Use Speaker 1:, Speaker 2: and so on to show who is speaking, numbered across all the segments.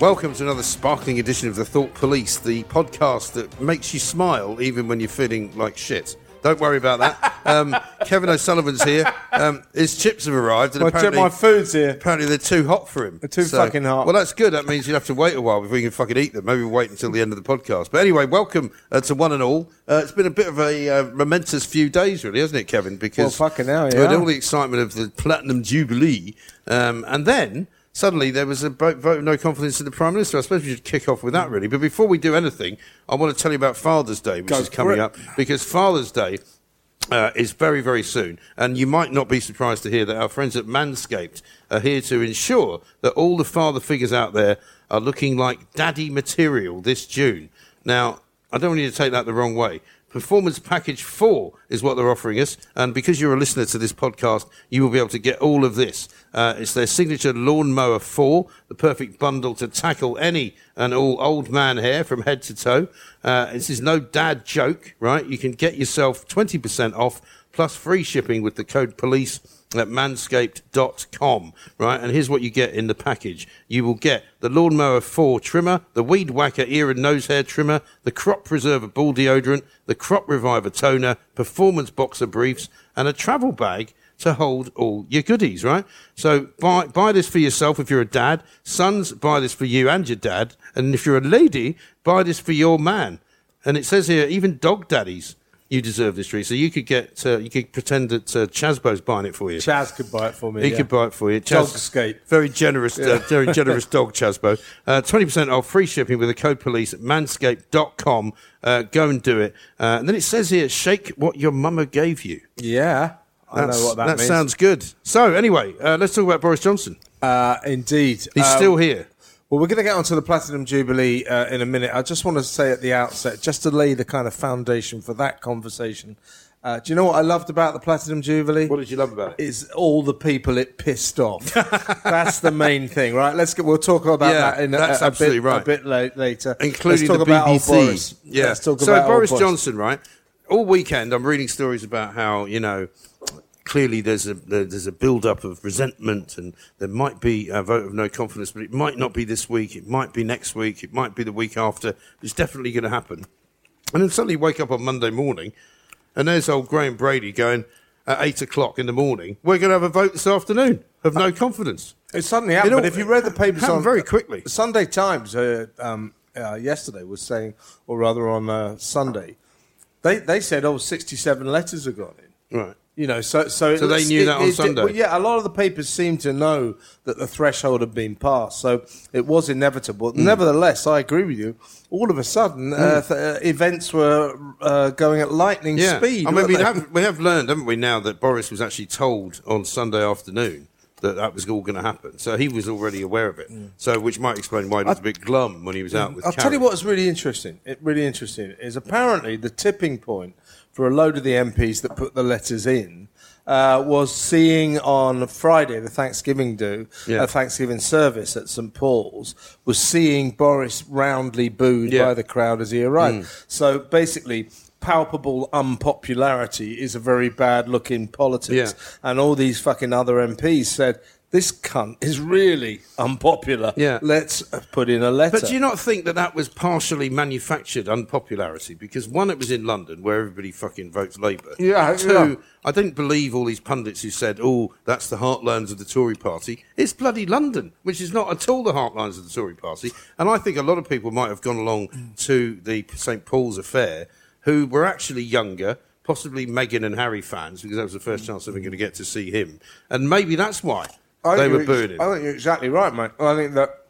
Speaker 1: Welcome to another sparkling edition of The Thought Police, the podcast that makes you smile even when you're feeling like shit. Don't worry about that. Um, Kevin O'Sullivan's here. Um, his chips have arrived. And
Speaker 2: My,
Speaker 1: apparently,
Speaker 2: my food's here.
Speaker 1: apparently they're too hot for him. They're
Speaker 2: too fucking hot.
Speaker 1: Well, that's good. That means you'll have to wait a while before you can fucking eat them. Maybe we'll wait until the end of the podcast. But anyway, welcome uh, to one and all. Uh, it's been a bit of a uh, momentous few days, really, hasn't it, Kevin? Because
Speaker 2: Well, fucking hell,
Speaker 1: we had
Speaker 2: yeah.
Speaker 1: all the excitement of the Platinum Jubilee, um, and then suddenly there was a vote, vote of no confidence in the Prime Minister. I suppose we should kick off with that, really. But before we do anything, I want to tell you about Father's Day, which
Speaker 2: Go
Speaker 1: is
Speaker 2: for
Speaker 1: coming
Speaker 2: it.
Speaker 1: up, because Father's Day. Uh, is very, very soon. And you might not be surprised to hear that our friends at Manscaped are here to ensure that all the father figures out there are looking like daddy material this June. Now, I don't want you to take that the wrong way. Performance Package 4 is what they're offering us. And because you're a listener to this podcast, you will be able to get all of this. Uh, it's their signature Lawnmower 4, the perfect bundle to tackle any and all old man hair from head to toe. Uh, this is no dad joke, right? You can get yourself 20% off plus free shipping with the code police at manscaped.com, right? And here's what you get in the package. You will get the Lawnmower 4 trimmer, the Weed Whacker ear and nose hair trimmer, the Crop Preserver ball deodorant, the Crop Reviver toner, performance boxer briefs, and a travel bag to hold all your goodies, right? So buy, buy this for yourself if you're a dad. Sons, buy this for you and your dad. And if you're a lady, buy this for your man. And it says here, even dog daddies, you deserve this treat. So you could get, uh, you could pretend that uh, Chasbo's buying it for you.
Speaker 2: Chaz could buy it for me.
Speaker 1: He
Speaker 2: yeah.
Speaker 1: could buy it for you.
Speaker 2: Dogscape.
Speaker 1: Very generous, uh, very generous dog, Chasbo. Uh, 20% off free shipping with the code police at manscaped.com. Uh, go and do it. Uh, and then it says here, shake what your mama gave you.
Speaker 2: Yeah. I know what that, means.
Speaker 1: sounds good. So, anyway, uh, let's talk about Boris Johnson.
Speaker 2: uh, indeed.
Speaker 1: He's
Speaker 2: Um,
Speaker 1: still here.
Speaker 2: Well, we're going to get onto the Platinum Jubilee uh, in a minute. I just want to say at the outset, just to lay the kind of foundation for that conversation. Uh, do you know what I loved about the Platinum Jubilee?
Speaker 1: What did you love about it?
Speaker 2: Is all the people it pissed off. That's the main thing, right? Let's get. We'll talk about
Speaker 1: Yeah,
Speaker 2: that in a,
Speaker 1: that's
Speaker 2: a, a
Speaker 1: absolutely
Speaker 2: bit,
Speaker 1: right.
Speaker 2: a bit la- later,
Speaker 1: Including
Speaker 2: Let's talk
Speaker 1: the
Speaker 2: about old
Speaker 1: BBC.
Speaker 2: Boris.
Speaker 1: Yeah.
Speaker 2: Let's talk
Speaker 1: so,
Speaker 2: about old
Speaker 1: Boris
Speaker 2: Boris
Speaker 1: Johnson, right? All weekend, I'm reading stories about how, you know, clearly there's a there- there's a build up of resentment and there might be a vote of no confidence, but it might not be this week. It might be next week. It might be the week after. It's definitely going to happen. And then suddenly you wake up on Monday morning, and there's old Graham Brady going at eight o'clock in the morning. We're going to have a vote this afternoon of no confidence.
Speaker 2: It suddenly happened.
Speaker 1: It all-
Speaker 2: but if you read the papers
Speaker 1: happened
Speaker 2: on
Speaker 1: very quickly.
Speaker 2: Sunday Times uh, um, uh, yesterday was saying, or rather on uh, Sunday, they they said, oh, 67 letters have gone in.
Speaker 1: Right.
Speaker 2: You know, so so,
Speaker 1: So they
Speaker 2: it's-
Speaker 1: knew that on
Speaker 2: it's-
Speaker 1: Sunday?
Speaker 2: well, yeah, a lot of the papers seem to know that the threshold had been passed, so it was inevitable.
Speaker 1: Hmm.
Speaker 2: Nevertheless, I agree with you. All of a sudden, uh, th- uh, events were uh, going at lightning speed.
Speaker 1: I mean,
Speaker 2: weren't
Speaker 1: we
Speaker 2: they?
Speaker 1: have, we have learned, haven't we, now that Boris was actually told on Sunday afternoon that that was all going to happen. So he was already aware of it. So, which might explain why he was a bit glum when he was out with.
Speaker 2: Mm. I'll tell you
Speaker 1: Karen.
Speaker 2: what's really interesting. It really interesting is apparently the tipping point for a load of the MPs that put the letters in uh, was seeing on Friday the Thanksgiving do
Speaker 1: Yeah.
Speaker 2: a Thanksgiving service at St Paul's was seeing Boris roundly booed
Speaker 1: Yeah. Mm.
Speaker 2: by the crowd as he arrived. So basically. Palpable unpopularity is a very bad look in politics,
Speaker 1: Yeah.
Speaker 2: and all these fucking other MPs said this cunt is really unpopular.
Speaker 1: Yeah.
Speaker 2: Let's uh, put in a letter.
Speaker 1: But do you not think that that was partially manufactured unpopularity? Because one, it was in London where everybody fucking votes Labour.
Speaker 2: Yeah,
Speaker 1: Two,
Speaker 2: yeah.
Speaker 1: I don't believe all these pundits who said, "Oh, that's the heartlands of the Tory Party." It's bloody London, which is not at all the heartlands of the Tory Party. And I think a lot of people might have gone along to the St Paul's affair who were actually younger. Possibly Meghan and Harry fans because that was the first chance they were going to get to see him, and maybe that's why
Speaker 2: I
Speaker 1: they
Speaker 2: think
Speaker 1: were
Speaker 2: you're
Speaker 1: booing
Speaker 2: ex-
Speaker 1: him.
Speaker 2: I think you're exactly right, mate. I think that.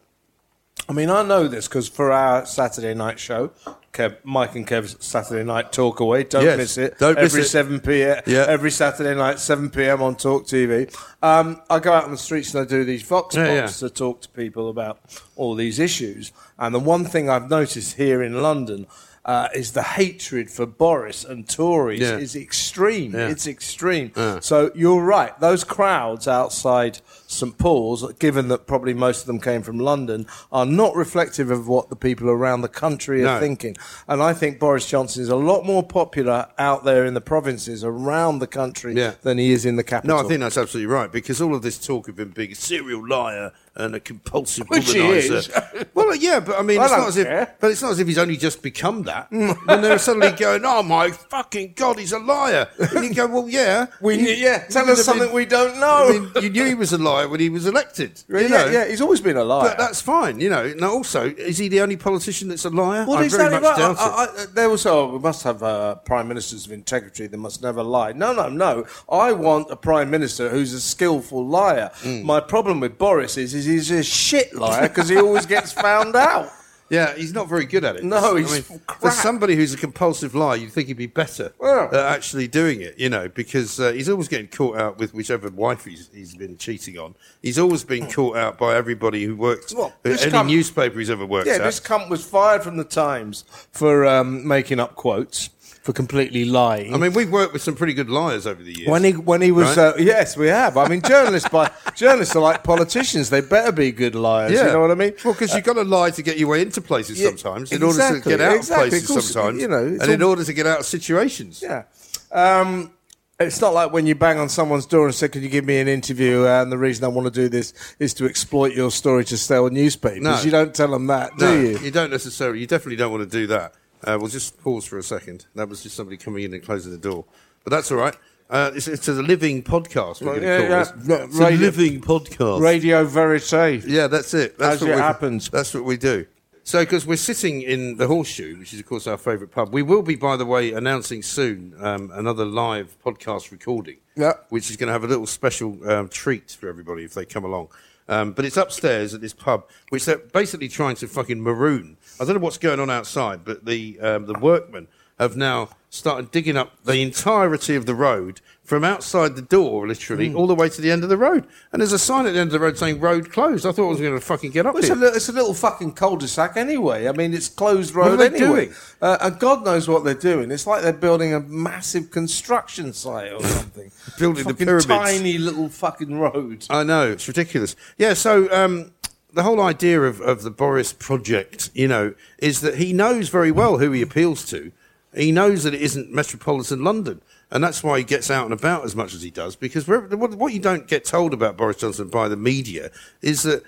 Speaker 2: I mean, I know this because for our Saturday night show, Kev, Mike and Kev's Saturday night talk away. Don't
Speaker 1: Yes,
Speaker 2: miss it.
Speaker 1: don't miss
Speaker 2: every
Speaker 1: it.
Speaker 2: seven p.m.
Speaker 1: Yeah.
Speaker 2: Every Saturday night, seven p.m. on Talk TV. Um, I go out on the streets and I do these vox
Speaker 1: Yeah,
Speaker 2: pops
Speaker 1: yeah.
Speaker 2: to talk to people about all these issues. And the one thing I've noticed here in London. Uh, is the hatred for Boris and Tories
Speaker 1: Yeah.
Speaker 2: is extreme.
Speaker 1: Yeah.
Speaker 2: It's extreme.
Speaker 1: Yeah.
Speaker 2: So you're right. Those crowds outside St Paul's, given that probably most of them came from London, are not reflective of what the people around the country are
Speaker 1: No.
Speaker 2: thinking. And I think Boris Johnson is a lot more popular out there in the provinces around the country
Speaker 1: Yeah.
Speaker 2: than he is in the capital.
Speaker 1: No, I think that's absolutely right because all of this talk of him being a serial liar and a compulsive
Speaker 2: Which he is.
Speaker 1: womanizer. well, yeah, but I mean,
Speaker 2: I
Speaker 1: it's not
Speaker 2: don't
Speaker 1: as if,
Speaker 2: care.
Speaker 1: but it's not as if he's only just become that. and they're suddenly going, "Oh my fucking god, he's a liar!" And you go, "Well, yeah,
Speaker 2: we,
Speaker 1: You-
Speaker 2: yeah,
Speaker 1: you
Speaker 2: tell
Speaker 1: would
Speaker 2: us
Speaker 1: have
Speaker 2: something
Speaker 1: been-
Speaker 2: we don't
Speaker 1: I
Speaker 2: know.
Speaker 1: mean, you knew he was a liar when he was elected. You
Speaker 2: yeah,
Speaker 1: know?
Speaker 2: yeah, he's always been a liar.
Speaker 1: But that's fine, you know. Now, also, is he the only politician that's a liar?
Speaker 2: Well,
Speaker 1: I
Speaker 2: exactly
Speaker 1: very much
Speaker 2: right.
Speaker 1: doubt it.
Speaker 2: I, I, I- they will say, oh, we must have uh, prime ministers of integrity that must never lie. No, no, no. I want a prime minister who's a skillful liar.
Speaker 1: Mm.
Speaker 2: My problem with Boris is, is he's a shit liar because he always gets found out.
Speaker 1: Yeah, he's not very good at it.
Speaker 2: No, he's crap.
Speaker 1: For somebody who's a compulsive liar, you'd think he'd be better
Speaker 2: Yeah.
Speaker 1: at actually doing it, you know, because uh, he's always getting caught out with whichever wife he's, he's been cheating on. He's always been caught out by everybody who works,
Speaker 2: Hmm.
Speaker 1: uh,
Speaker 2: Well, this
Speaker 1: any
Speaker 2: com-
Speaker 1: newspaper he's ever worked
Speaker 2: Yeah,
Speaker 1: at.
Speaker 2: this cunt was fired from the Times for um, making up quotes for completely lying.
Speaker 1: I mean, we've worked with some pretty good liars over the years.
Speaker 2: when he when he was
Speaker 1: Right?
Speaker 2: uh, yes we have I mean journalists by journalists are like politicians they better be good liars
Speaker 1: yeah.
Speaker 2: you know what I mean
Speaker 1: Well, because you've got to lie to get your way into places
Speaker 2: Yeah,
Speaker 1: sometimes, in order to
Speaker 2: exactly,
Speaker 1: get out
Speaker 2: exactly.
Speaker 1: of places
Speaker 2: Of course,
Speaker 1: sometimes,
Speaker 2: you know, it's
Speaker 1: and in
Speaker 2: all-
Speaker 1: order to get out of situations.
Speaker 2: Yeah. Um, it's not like when you bang on someone's door and say, "Could you give me an interview?" And the reason I want to do this is to exploit your story to sell newspapers.
Speaker 1: No.
Speaker 2: You don't tell them that, do
Speaker 1: no,
Speaker 2: you?
Speaker 1: don't necessarily. You definitely don't want to do that. Uh, we'll just pause for a second. That was just somebody coming in and closing the door, but that's all right. Uh, it's, it's a living podcast. We're
Speaker 2: Yeah,
Speaker 1: going to
Speaker 2: yeah.
Speaker 1: call this.
Speaker 2: No,
Speaker 1: It's a
Speaker 2: radio-
Speaker 1: living podcast.
Speaker 2: Radio Verite.
Speaker 1: Yeah, that's it. That's
Speaker 2: As
Speaker 1: what
Speaker 2: it
Speaker 1: we-
Speaker 2: happens.
Speaker 1: That's what we do. So, because we're sitting in the Horseshoe, which is of course our favourite pub, we will be, by the way, announcing soon um, another live podcast recording.
Speaker 2: Yeah.
Speaker 1: Which is going to have a little special um, treat for everybody if they come along. Um, but it's upstairs at this pub, which they're basically trying to fucking maroon. I don't know what's going on outside, but the um, the workmen have now started digging up the entirety of the road from outside the door, literally,
Speaker 2: Mm.
Speaker 1: all the way to the end of the road. And there's a sign at the end of the road saying "road closed." I thought I was going to fucking get up
Speaker 2: Well, it's, a
Speaker 1: here.
Speaker 2: little, it's a little fucking cul-de-sac anyway. I mean, it's closed
Speaker 1: are
Speaker 2: road
Speaker 1: they
Speaker 2: anyway.
Speaker 1: doing?
Speaker 2: Uh, and God knows what they're doing. It's like they're building a massive construction site or something.
Speaker 1: Building the
Speaker 2: Fucking
Speaker 1: pyramids.
Speaker 2: Tiny little fucking road.
Speaker 1: I know it's ridiculous. Yeah, so um, the whole idea of, of the Boris project, you know, is that he knows very well who he appeals to. He knows that it isn't metropolitan London, and that's why he gets out and about as much as he does. Because wherever, what, what you don't get told about Boris Johnson by the media is that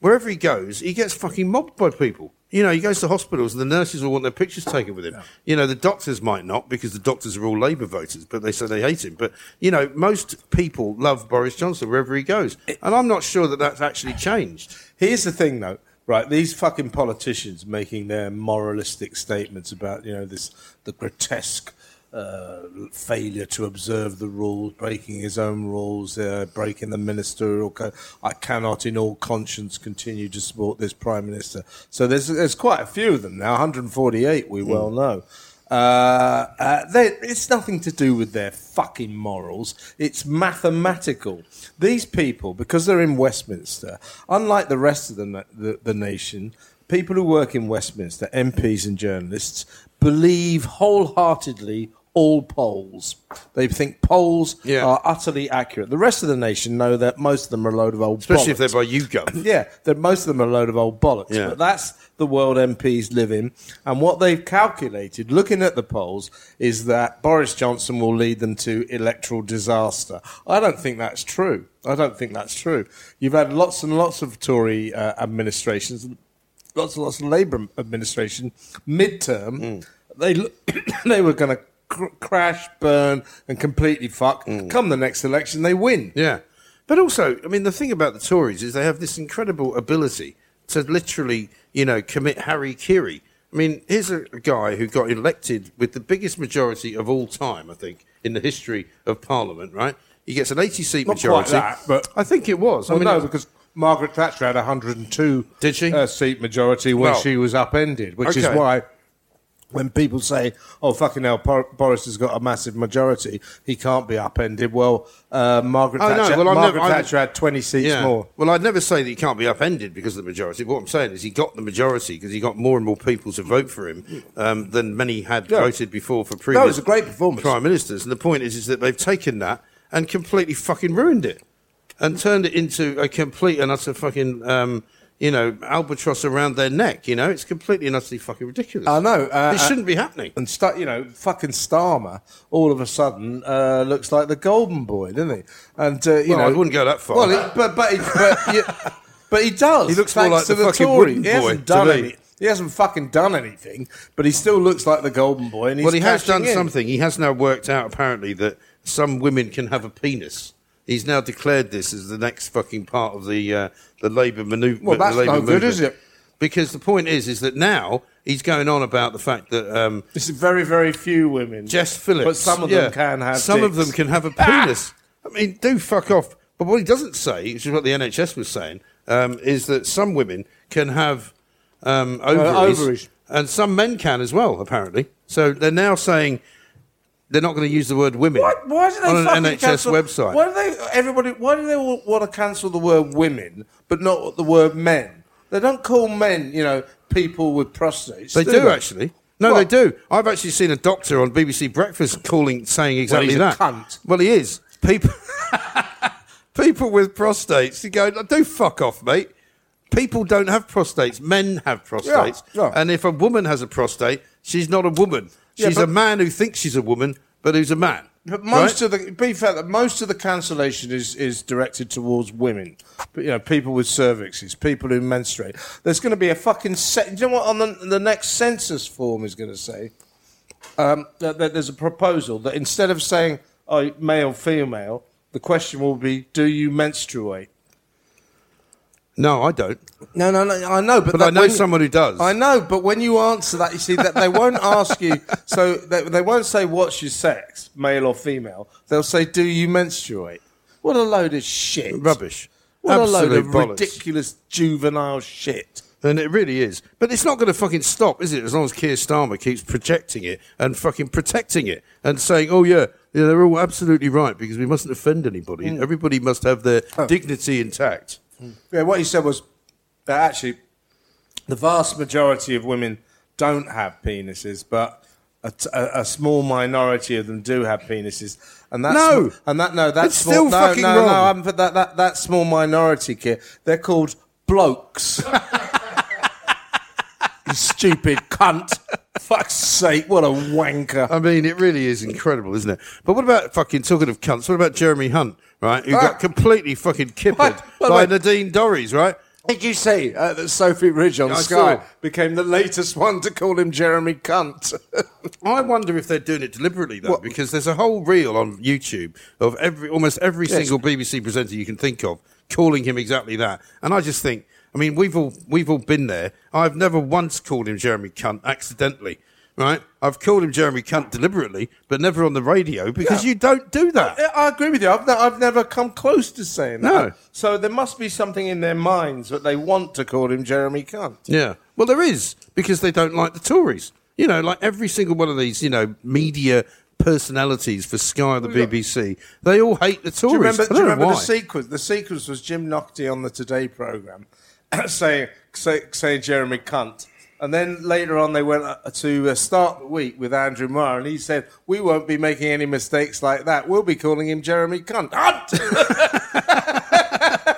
Speaker 1: wherever he goes, he gets fucking mobbed by people. You know, he goes to hospitals and the nurses all want their pictures taken with him. You know, the doctors might not because the doctors are all Labour voters, but they say they hate him. But, you know, most people love Boris Johnson wherever he goes. And I'm not sure that that's actually changed.
Speaker 2: Here's the thing, though. Right, these fucking politicians making their moralistic statements about you know this the grotesque uh, failure to observe the rules, breaking his own rules, uh, breaking the ministerial. Co- I cannot, in all conscience, continue to support this prime minister. So there's there's quite a few of them now, 148. We well know. Uh, uh, they, it's nothing to do with their fucking morals. It's mathematical. These people, because they're in Westminster, unlike the rest of the, na- the, the nation, people who work in Westminster, MPs and journalists, believe wholeheartedly all polls. They think polls
Speaker 1: Yeah.
Speaker 2: are utterly accurate. The rest of the nation know that most of them are a load of old
Speaker 1: Especially if
Speaker 2: bollocks.
Speaker 1: they're by YouGov.
Speaker 2: Yeah, that most of them are a load of old bollocks.
Speaker 1: Yeah.
Speaker 2: But that's the world MPs live in. And what they've calculated, looking at the polls, is that Boris Johnson will lead them to electoral disaster. I don't think that's true. I don't think that's true. You've had lots and lots of Tory uh, administrations, lots and lots of Labour administration, midterm. They lo- they were going to cr- crash, burn, and completely fuck. Come the next election, they win.
Speaker 1: Yeah. But also, I mean, the thing about the Tories is they have this incredible ability to literally, you know, commit Harry Kiri. I mean, here's a guy who got elected with the biggest majority of all time, I think, in the history of Parliament, right? He gets an 80 seat
Speaker 2: Not quite
Speaker 1: majority.
Speaker 2: that, but-
Speaker 1: I think it was.
Speaker 2: Well,
Speaker 1: I mean,
Speaker 2: no, because Margaret Thatcher had 102
Speaker 1: Did she?
Speaker 2: Uh, seat majority when
Speaker 1: Well-
Speaker 2: she was upended, which is
Speaker 1: Okay.
Speaker 2: why when people say, "Oh fucking hell, Por- Boris has got a massive majority, he can't be upended." Well, uh, Margaret
Speaker 1: Oh, no,
Speaker 2: Thatcher,
Speaker 1: well, I'm never-
Speaker 2: Margaret
Speaker 1: I'm-
Speaker 2: Thatcher had 20 seats
Speaker 1: yeah.
Speaker 2: more.
Speaker 1: Well, I'd never say that he can't be upended because of the majority. What I'm saying is he got the majority because he got more and more people to vote for him um, than many had
Speaker 2: Yeah.
Speaker 1: voted before for previous
Speaker 2: was a great performance.
Speaker 1: prime ministers. And the point is, is that they've taken that and completely fucking ruined it and turned it into a complete and utter fucking. Um, you know, albatross around their neck. You know, it's completely and utterly fucking ridiculous.
Speaker 2: I know, uh,
Speaker 1: it
Speaker 2: uh,
Speaker 1: shouldn't be happening.
Speaker 2: And stu you know, fucking Starmer all of a sudden uh, looks like the golden boy, doesn't he? And uh, you
Speaker 1: Well,
Speaker 2: know,
Speaker 1: I wouldn't go that far.
Speaker 2: Well, he, but but he, but, you, but he does.
Speaker 1: He looks more
Speaker 2: thanks
Speaker 1: like
Speaker 2: to
Speaker 1: the
Speaker 2: the
Speaker 1: fucking
Speaker 2: Tories.
Speaker 1: wooden
Speaker 2: He
Speaker 1: boy
Speaker 2: hasn't
Speaker 1: to
Speaker 2: done
Speaker 1: me.
Speaker 2: any. He hasn't fucking done anything, but he still looks like the golden boy. And he's
Speaker 1: Well, he has
Speaker 2: cashing
Speaker 1: done
Speaker 2: in.
Speaker 1: something. He has now worked out apparently that some women can have a penis. He's now declared this as the next fucking part of the uh, the Labour maneuver.
Speaker 2: Well, that's
Speaker 1: the Labour
Speaker 2: no good,
Speaker 1: movement.
Speaker 2: is it?
Speaker 1: Because the point is, is that now he's going on about the fact that um,
Speaker 2: It's very very few women.
Speaker 1: Jess Phillips,
Speaker 2: but some of
Speaker 1: yeah,
Speaker 2: them can have.
Speaker 1: some of
Speaker 2: dicks. Ah!
Speaker 1: them can have a penis. I mean, do fuck off. But what he doesn't say, which is what the NHS was saying, um, is that some women can have um, ovaries,
Speaker 2: Uh, ovaries.
Speaker 1: and some men can as well. Apparently, so they're now saying they're not going to use the word women
Speaker 2: Why, why do they
Speaker 1: on
Speaker 2: fucking
Speaker 1: an NHS
Speaker 2: cancel,
Speaker 1: website.
Speaker 2: Why do they everybody? Why do they all want to cancel the word women but not the word men? They don't call men, you know, people with prostates.
Speaker 1: they do actually. No,
Speaker 2: What?
Speaker 1: they do. I've actually seen a doctor on BBC Breakfast calling, saying exactly
Speaker 2: he's a
Speaker 1: that.
Speaker 2: cunt.
Speaker 1: Well, he is. People, people with prostates, you go, do fuck off, mate. People don't have prostates. Men have prostates.
Speaker 2: yeah.
Speaker 1: And if a woman has a prostate, she's not a woman.
Speaker 2: Yeah,
Speaker 1: She's
Speaker 2: but-
Speaker 1: a man who thinks she's a woman, but who's a man.
Speaker 2: But most of the be fair, that most of the cancellation is, is directed towards women, but you know people with cervixes, people who menstruate. There's going to be a fucking. Se- you know what? On the, the next census form is going to say um, that, that there's a proposal that instead of saying oh, male female, the question will be do you menstruate?
Speaker 1: No, I don't.
Speaker 2: No, no, no. I know, but,
Speaker 1: But
Speaker 2: that
Speaker 1: I know
Speaker 2: when-
Speaker 1: someone who does.
Speaker 2: I know, but when you answer that, you see that they won't ask you. So they, they won't say what's your sex, male or female. They'll say, "Do you menstruate?" What a load of shit!
Speaker 1: Rubbish.
Speaker 2: What
Speaker 1: Absolute
Speaker 2: a load of
Speaker 1: bollocks.
Speaker 2: ridiculous juvenile shit.
Speaker 1: And it really is. But it's not going to fucking stop, is it? As long as Keir Starmer keeps projecting it and fucking protecting it and saying, oh, yeah, yeah they're all absolutely right because we mustn't offend anybody.
Speaker 2: Mm.
Speaker 1: Everybody must have their
Speaker 2: Oh.
Speaker 1: dignity intact.
Speaker 2: Yeah, what he said was that actually the vast majority of women don't have penises, but a, t- a- a small minority of them do have penises. And that's
Speaker 1: No.
Speaker 2: and that no, that's
Speaker 1: It's still
Speaker 2: no,
Speaker 1: fucking
Speaker 2: no, No,
Speaker 1: wrong.
Speaker 2: I haven't put that, that that small minority kid. They're called blokes. you stupid cunt! Fuck's sake! What a wanker!
Speaker 1: I mean, it really is incredible, isn't it? But what about fucking talking of cunts? What about Jeremy Hunt, right? Who
Speaker 2: Ah.
Speaker 1: got completely fucking kippered
Speaker 2: What? By the
Speaker 1: by
Speaker 2: way-
Speaker 1: Nadine Dorries, right?
Speaker 2: Did you see uh, that Sophie Ridge on
Speaker 1: I saw.
Speaker 2: Sky became the latest one to call him Jeremy Cunt?
Speaker 1: I wonder if they're doing it deliberately though,
Speaker 2: What-
Speaker 1: because there's a whole reel on YouTube of every almost every
Speaker 2: Yes.
Speaker 1: single BBC presenter you can think of calling him exactly that. And I just think, I mean, we've all we've all been there. I've never once called him Jeremy Cunt accidentally. Right, I've called him Jeremy Cunt deliberately, but never on the radio because
Speaker 2: Yeah.
Speaker 1: you don't do that.
Speaker 2: I, I agree with you. I've, ne- I've never come close to saying that.
Speaker 1: No.
Speaker 2: So there must be something in their minds that they want to call him Jeremy Cunt.
Speaker 1: Yeah. Well, there is because they don't like the Tories. You know, like every single one of these, you know, media personalities for Sky or the BBC, they all hate the Tories.
Speaker 2: Do you remember,
Speaker 1: I
Speaker 2: do
Speaker 1: don't
Speaker 2: you
Speaker 1: know
Speaker 2: remember the
Speaker 1: why.
Speaker 2: sequence? The sequence was Jim Nocte on the Today programme saying, say, saying Jeremy Cunt. And then later on, they went uh, to uh, start the week with Andrew Marr, and he said, "We won't be making any mistakes like that. We'll be calling him Jeremy Cunt." Hunt!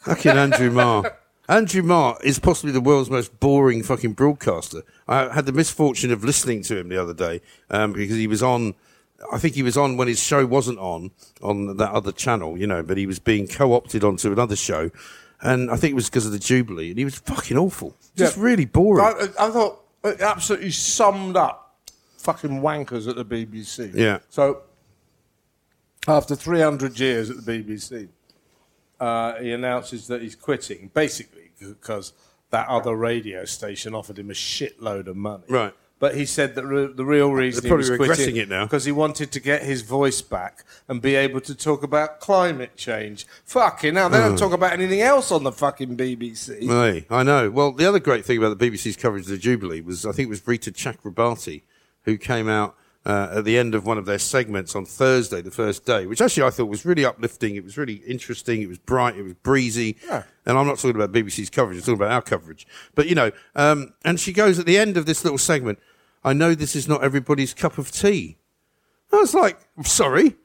Speaker 1: Fucking Andrew Marr. Andrew Marr is possibly the world's most boring fucking broadcaster. I had the misfortune of listening to him the other day um, because he was on. I think he was on when his show wasn't on on that other channel, you know, but he was being co-opted onto another show, and I think it was because of the Jubilee, and he was fucking awful, just
Speaker 2: Yeah.
Speaker 1: really boring.
Speaker 2: I, I thought it absolutely summed up fucking wankers at the BBC.
Speaker 1: Yeah.
Speaker 2: So after 300 years at the BBC, uh, he announces that he's quitting, basically because that other radio station offered him a shitload of money.
Speaker 1: Right.
Speaker 2: But he said that re- the real reason
Speaker 1: They're
Speaker 2: he
Speaker 1: probably
Speaker 2: was quitting
Speaker 1: regretting it now.
Speaker 2: because he wanted to get his voice back and be able to talk about climate change. Fucking hell, they
Speaker 1: Mm.
Speaker 2: don't talk about anything else on the fucking BBC.
Speaker 1: Aye, I know. Well, the other great thing about the BBC's coverage of the Jubilee was, I think it was Rita Chakrabarty who came out uh, at the end of one of their segments on Thursday, the first day, which actually I thought was really uplifting. It was really interesting. It was bright. It was breezy.
Speaker 2: Yeah.
Speaker 1: And I'm not talking about BBC's coverage. I'm talking about our coverage. But, you know, um, and she goes at the end of this little segment, I know this is not everybody's cup of tea. I was like, I'm sorry.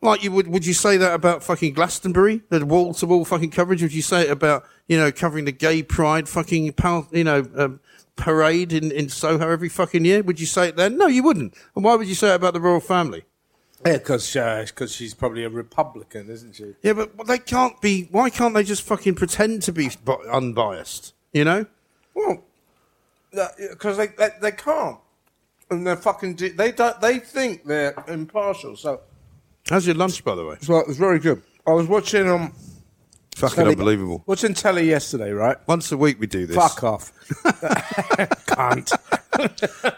Speaker 1: Like you would, would you say that about fucking Glastonbury, the wall to wall fucking coverage? Would you say it about you know covering the gay pride fucking pal- you know um, parade in, in Soho every fucking year? Would you say it then? No, you wouldn't. And why would you say it about the royal family?
Speaker 2: Yeah, because she's probably a Republican, isn't she?
Speaker 1: Yeah, but well, they can't be. Why can't they just fucking pretend to be bu- unbiased? You know?
Speaker 2: Well, because they, they they can't, and they're fucking de- they don't they think they're impartial. So
Speaker 1: How's your lunch, by the way?
Speaker 2: well, it was very good. I was watching um
Speaker 1: Fucking
Speaker 2: telly-
Speaker 1: unbelievable.
Speaker 2: watching telly yesterday, right?
Speaker 1: Once a week we do this.
Speaker 2: Fuck off, cunt.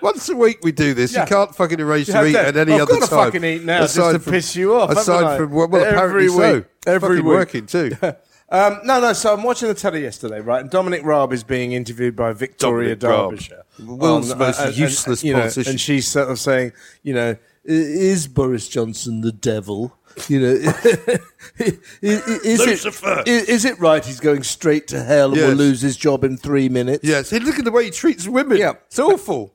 Speaker 1: Once a week we do this.
Speaker 2: Yeah.
Speaker 1: You can't fucking arrange
Speaker 2: You
Speaker 1: to
Speaker 2: have
Speaker 1: eat
Speaker 2: to-
Speaker 1: at any
Speaker 2: I've
Speaker 1: other
Speaker 2: gotta
Speaker 1: time.
Speaker 2: fucking eat now just to piss you off, haven't
Speaker 1: Aside
Speaker 2: I?
Speaker 1: from well, well
Speaker 2: Every
Speaker 1: apparently
Speaker 2: week.
Speaker 1: so.
Speaker 2: Every
Speaker 1: Fucking
Speaker 2: week.
Speaker 1: working too.
Speaker 2: Um, no, no. So I'm watching the telly yesterday, right? And Dominic Raab is being interviewed by Victoria
Speaker 1: Dominic Raab.
Speaker 2: Derbyshire, Um,
Speaker 1: World's most useless
Speaker 2: you know,
Speaker 1: politician.
Speaker 2: and she's sort of saying, you know, "I- is Boris Johnson the devil? You know, i- i- is,
Speaker 1: Lucifer.
Speaker 2: it i- is it right he's going straight to hell and
Speaker 1: Yes.
Speaker 2: will lose his job in three minutes?
Speaker 1: yes, and look at the way he treats women.
Speaker 2: Yeah.
Speaker 1: it's awful.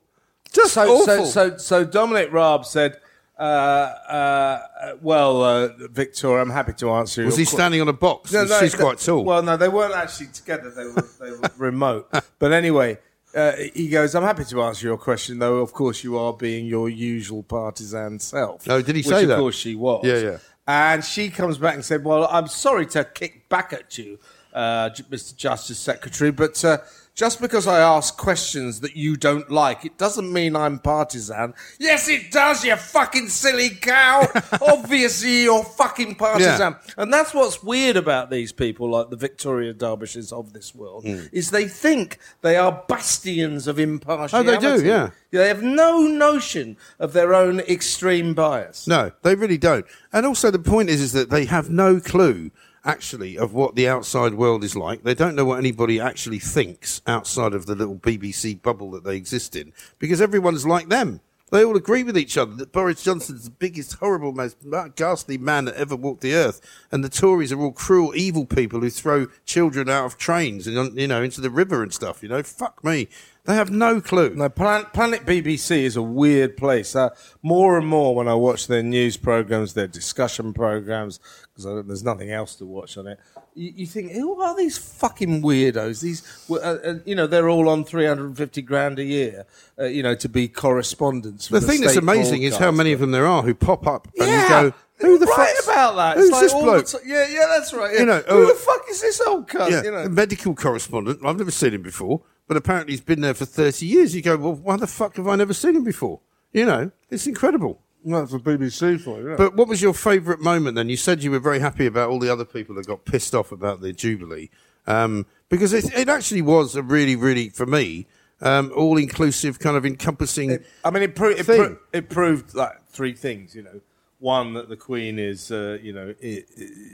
Speaker 1: Just
Speaker 2: so,
Speaker 1: awful.
Speaker 2: so, so, so Dominic Raab said, uh, uh, "Well, uh, Victoria, I'm happy to answer."
Speaker 1: was
Speaker 2: your
Speaker 1: he
Speaker 2: que-
Speaker 1: standing on a box? She's
Speaker 2: th-
Speaker 1: quite tall.
Speaker 2: Well, no, they weren't actually together. They were, they were remote. But anyway, uh, he goes, I'm happy to answer your question, though. Of course, you are being your usual partisan self.
Speaker 1: Oh, did he
Speaker 2: Which,
Speaker 1: say that?
Speaker 2: Of course, she was.
Speaker 1: Yeah, yeah.
Speaker 2: And she comes back and said, Well, I'm sorry to kick back at you, uh, J- Mr. Justice Secretary, but. Uh, just because I ask questions that you don't like, it doesn't mean I'm partisan. Yes, it does, you fucking silly cow. Obviously, you're fucking partisan. And that's what's weird about these people, like the Victoria Derbyshires of this world, is they think they are bastions of impartiality.
Speaker 1: yeah.
Speaker 2: They have no notion of their own extreme bias.
Speaker 1: No, they really don't. And also, the point is, is that they have no clue actually of what the outside world is like. They don't know what anybody actually thinks outside of the little BBC bubble that they exist in, because everyone's like them. They all agree with each other that Boris Johnson's the biggest, horrible, most ghastly man that ever walked the earth, and the Tories are all cruel, evil people who throw children out of trains and you know into the river and stuff. You know, fuck me. They have no clue.
Speaker 2: No, Planet, Planet BBC is a weird place. Uh, more and more, when I watch their news programs, their discussion programs, because there's nothing else to watch on it, you, you think, who are these fucking weirdos? These, uh, uh, you know, they're all on 350 grand a year, uh, you know, to be correspondents. for
Speaker 1: The thing that's
Speaker 2: state
Speaker 1: amazing is how many of them there are who pop up and
Speaker 2: yeah.
Speaker 1: you go, "Who the
Speaker 2: right
Speaker 1: fuck's-
Speaker 2: about that?
Speaker 1: Who's
Speaker 2: it's like
Speaker 1: this
Speaker 2: all the
Speaker 1: bloke?"
Speaker 2: ti- yeah, yeah, that's right. Yeah.
Speaker 1: You know,
Speaker 2: who
Speaker 1: oh,
Speaker 2: the fuck is this old cunt?
Speaker 1: yeah,
Speaker 2: You know,
Speaker 1: a medical correspondent. I've never seen him before, but apparently he's been there for thirty years. You go, "Well, why the fuck have I never seen him before?" You know, it's incredible.
Speaker 2: not for BBC for you.
Speaker 1: But what was your favourite moment then? You said you were very happy about all the other people that got pissed off about the Jubilee. Um, because it, it actually was a really, really, for me, um, all inclusive, kind of encompassing.
Speaker 2: I mean, it, pro- it,
Speaker 1: thing.
Speaker 2: pro- it proved like three things, you know. One, that the Queen is, uh, you know, I-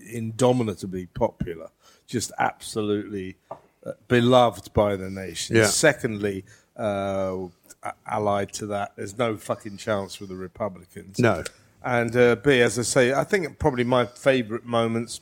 Speaker 2: I- indomitably popular, just absolutely uh, beloved by the nation.
Speaker 1: Yeah.
Speaker 2: Secondly, uh, a- allied to that, there's no fucking chance for the Republicans.
Speaker 1: No.
Speaker 2: And uh, B, as I say, I think probably my favourite moments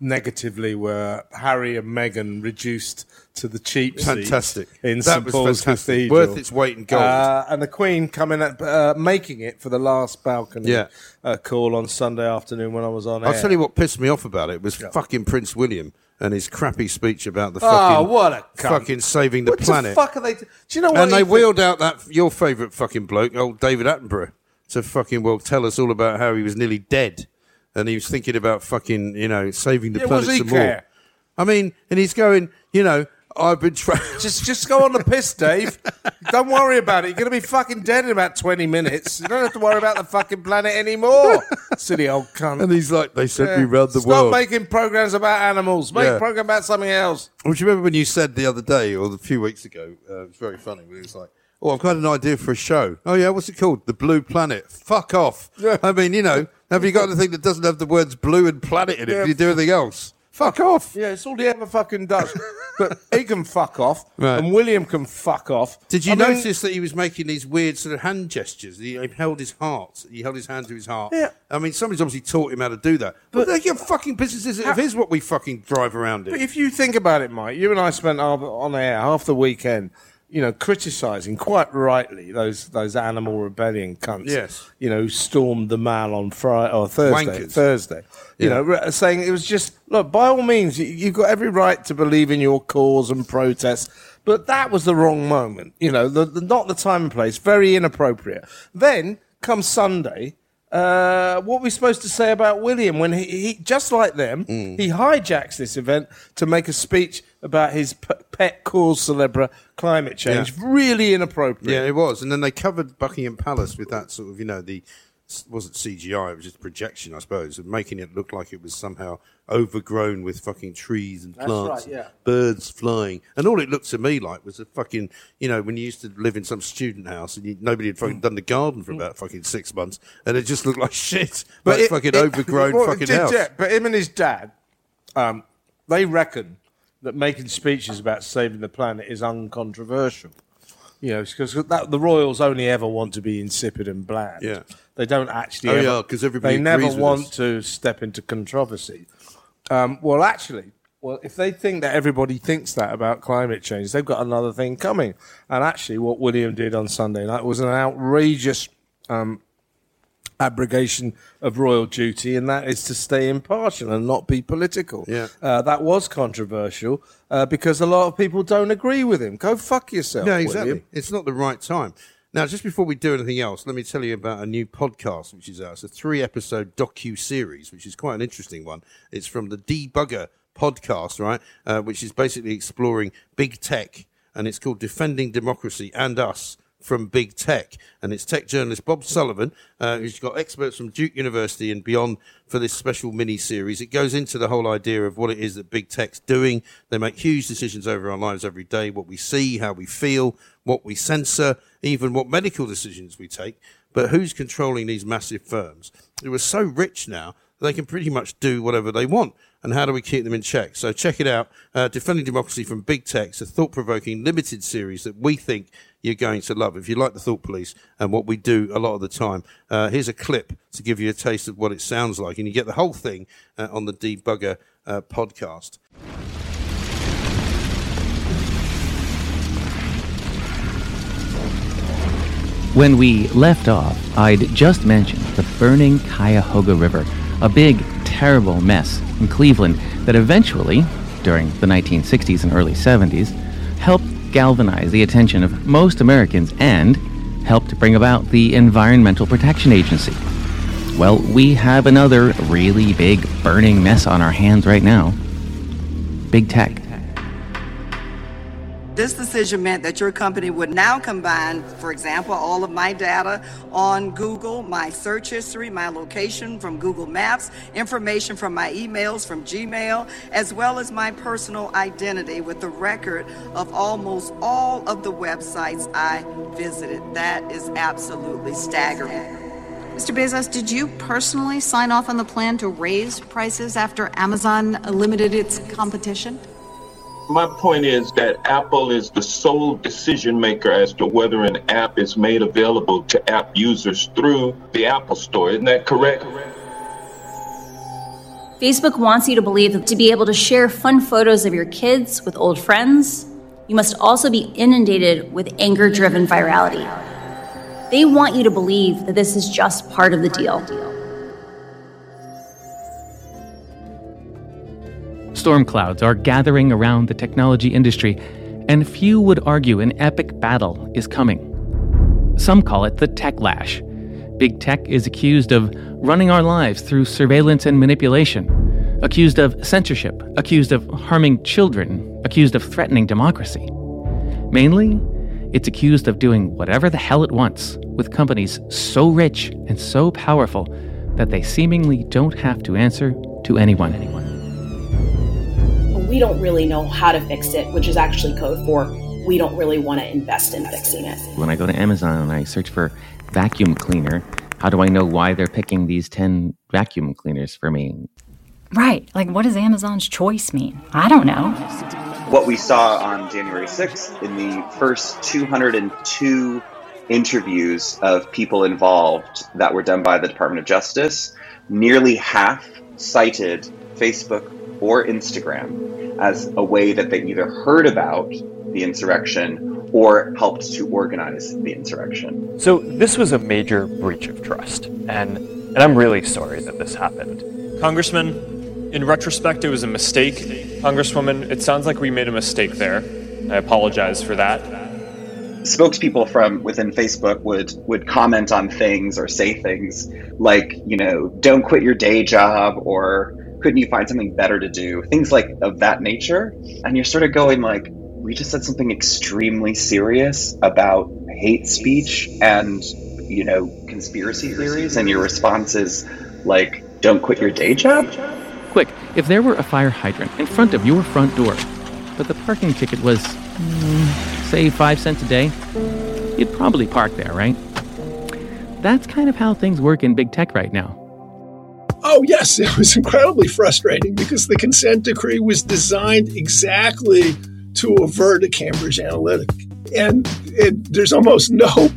Speaker 2: negatively were Harry and Meghan reduced to the cheap seat
Speaker 1: Fantastic.
Speaker 2: in
Speaker 1: That
Speaker 2: St
Speaker 1: was
Speaker 2: Paul's
Speaker 1: fantastic.
Speaker 2: Cathedral,
Speaker 1: Worth its weight in gold.
Speaker 2: Uh, and the Queen coming up, uh, making it for the last balcony
Speaker 1: Yeah.
Speaker 2: uh, call on Sunday afternoon when I was on.
Speaker 1: I'll
Speaker 2: air.
Speaker 1: tell you what pissed me off about it was fucking Prince William and his crappy speech about the
Speaker 2: Oh,
Speaker 1: fucking,
Speaker 2: what a cunt.
Speaker 1: fucking saving the
Speaker 2: What
Speaker 1: planet.
Speaker 2: The fuck are they? Do you know what?
Speaker 1: and they
Speaker 2: he-
Speaker 1: wheeled out that your favourite fucking bloke, old David Attenborough, to fucking well tell us all about how he was nearly dead, and he was thinking about fucking you know saving the
Speaker 2: Yeah,
Speaker 1: planet
Speaker 2: was he
Speaker 1: some more.
Speaker 2: care?
Speaker 1: I mean, and he's going, you know, I've been trying.
Speaker 2: Just, just go on the piss, Dave. don't worry about it. You're going to be fucking dead in about 20 minutes. You don't have to worry about the fucking planet anymore. Silly old cunt.
Speaker 1: and he's like, they sent me round the
Speaker 2: Stop
Speaker 1: world.
Speaker 2: making programs about animals. Make
Speaker 1: Yeah.
Speaker 2: a program about something else.
Speaker 1: Well, do you remember when you said the other day or a few weeks ago? Uh, it was very funny. But it was like, "Oh, I've got an idea for a show. Oh yeah, what's it called? The Blue Planet. Fuck off.
Speaker 2: Yeah.
Speaker 1: I mean, you know, have you got anything that doesn't have the words blue and planet in it?
Speaker 2: Yeah.
Speaker 1: Do you do anything else? Fuck off.
Speaker 2: Yeah, it's all he ever fucking does. but he can fuck off,
Speaker 1: Right.
Speaker 2: and William can fuck off.
Speaker 1: Did you
Speaker 2: I mean,
Speaker 1: notice that he was making these weird sort of hand gestures? He he held his heart. He held his hand to his heart.
Speaker 2: Yeah.
Speaker 1: I mean, somebody's obviously taught him how to do that. But, they're your fucking businesses. It is what we fucking drive around in.
Speaker 2: But if you think about it, Mike, you and I spent our, on air half the weekend, you know, criticising quite rightly those those animal rebellion cunts.
Speaker 1: Yes.
Speaker 2: you know, who stormed the mall on Friday or Thursday.
Speaker 1: Wankers.
Speaker 2: Thursday, you
Speaker 1: Yeah.
Speaker 2: know, re- saying it was just look. By all means, you, you've got every right to believe in your cause and protest. But that was the wrong moment, you know, the, the, not the time and place, very inappropriate. Then comes Sunday, uh, what are we supposed to say about William when he, he just like them,
Speaker 1: Hmm.
Speaker 2: he hijacks this event to make a speech about his p- pet cause celebra climate change.
Speaker 1: Yeah.
Speaker 2: Really inappropriate.
Speaker 1: Yeah, it was. And then they covered Buckingham Palace with that sort of, you know, the it wasn't CGI, it was just projection, I suppose, of making it look like it was somehow overgrown with fucking trees and plants,
Speaker 2: right,
Speaker 1: and
Speaker 2: yeah.
Speaker 1: birds flying. And all it looked to me like was a fucking, you know, when you used to live in some student house and you, nobody had
Speaker 2: Mm.
Speaker 1: fucking done the garden for about fucking six months and it just looked like shit. But
Speaker 2: it-
Speaker 1: fucking
Speaker 2: it-
Speaker 1: overgrown
Speaker 2: well, it
Speaker 1: fucking
Speaker 2: did,
Speaker 1: house.
Speaker 2: yeah, but him and his dad, um, they reckon that making speeches about saving the planet is uncontroversial. You know, because the royals only ever want to be insipid and bland.
Speaker 1: Yeah.
Speaker 2: they don't actually.
Speaker 1: Oh,
Speaker 2: ever,
Speaker 1: yeah, 'cause everybody
Speaker 2: They
Speaker 1: agrees
Speaker 2: never
Speaker 1: with
Speaker 2: want
Speaker 1: us.
Speaker 2: to step into controversy. Um, well, actually, well, if they think that everybody thinks that about climate change, they've got another thing coming. And actually, what William did on Sunday night was an outrageous abrogation of royal duty, and that is to stay impartial and not be political.
Speaker 1: Yeah.
Speaker 2: Uh, that was controversial uh, because a lot of people don't agree with him. Go fuck yourself.
Speaker 1: Yeah, exactly.
Speaker 2: William.
Speaker 1: It's not the right time. Now, just before we do anything else, let me tell you about a new podcast which is out. It's a three episode docu series, which is quite an interesting one. It's from the Debugger podcast, right? Uh, which is basically exploring big tech, and it's called Defending Democracy and Us from Big Tech. And it's tech journalist Bob Sullivan, uh, who's got experts from Duke University and beyond for this special mini series. It goes into the whole idea of what it is that big tech's doing. They make huge decisions over our lives every day what we see, how we feel, what we censor, even what medical decisions we take. But who's controlling these massive firms who are so rich now? They can pretty much do whatever they want. And how do we keep them in check? So check it out. Uh, Defending Democracy from Big Tech is a thought provoking limited series that we think you're going to love. If you like the Thought Police and what we do a lot of the time, uh, here's a clip to give you a taste of what it sounds like. And you get the whole thing uh, on the Debugger uh, podcast.
Speaker 3: When we left off, I'd just mentioned the burning Cuyahoga River, a big, terrible mess in Cleveland that eventually, during the 1960s and early 70s, helped galvanize the attention of most Americans and helped bring about the Environmental Protection Agency. Well, we have another really big burning mess on our hands right now big tech.
Speaker 4: This decision meant that your company would now combine, for example, all of my data on Google, my search history, my location from Google Maps, information from my emails from Gmail, as well as my personal identity with the record of almost all of the websites I visited. That is absolutely staggering.
Speaker 5: Mr. Bezos, did you personally sign off on the plan to raise prices after Amazon limited its competition?
Speaker 6: My point is that Apple is the sole decision maker as to whether an app is made available to app users through the Apple Store. Isn't that correct?
Speaker 7: Facebook wants you to believe that to be able to share fun photos of your kids with old friends, you must also be inundated with anger driven virality. They want you to believe that this is just part of the deal.
Speaker 3: Storm clouds are gathering around the technology industry, and few would argue an epic battle is coming. Some call it the techlash. Big tech is accused of running our lives through surveillance and manipulation, accused of censorship, accused of harming children, accused of threatening democracy. Mainly, it's accused of doing whatever the hell it wants with companies so rich and so powerful that they seemingly don't have to answer to anyone.
Speaker 8: we don't really know how to fix it, which is actually code for we don't really want to invest in fixing it.
Speaker 3: When I go to Amazon and I search for vacuum cleaner, how do I know why they're picking these 10 vacuum cleaners for me?
Speaker 9: Right. Like, what does Amazon's choice mean? I don't know.
Speaker 10: What we saw on January 6th in the first 202 interviews of people involved that were done by the Department of Justice, nearly half cited Facebook or Instagram as a way that they either heard about the insurrection or helped to organize the insurrection.
Speaker 11: So this was a major breach of trust, and and I'm really sorry that this happened.
Speaker 12: Congressman, in retrospect, it was a mistake. Congresswoman, it sounds like we made a mistake there. I apologize for that.
Speaker 10: spokespeople from within Facebook would would comment on things or say things like, you know, don't quit your day job or couldn't you find something better to do? Things like of that nature. And you're sort of going like, we just said something extremely serious about hate speech and, you know, conspiracy theories and your response is like, don't quit your day job?
Speaker 3: Quick, if there were a fire hydrant in front of your front door, but the parking ticket was, mm, say, five cents a day, you'd probably park there, right? That's kind of how things work in big tech right now.
Speaker 13: Oh, yes, it was incredibly frustrating because the consent decree was designed exactly to avert a Cambridge Analytic. And it, there's almost no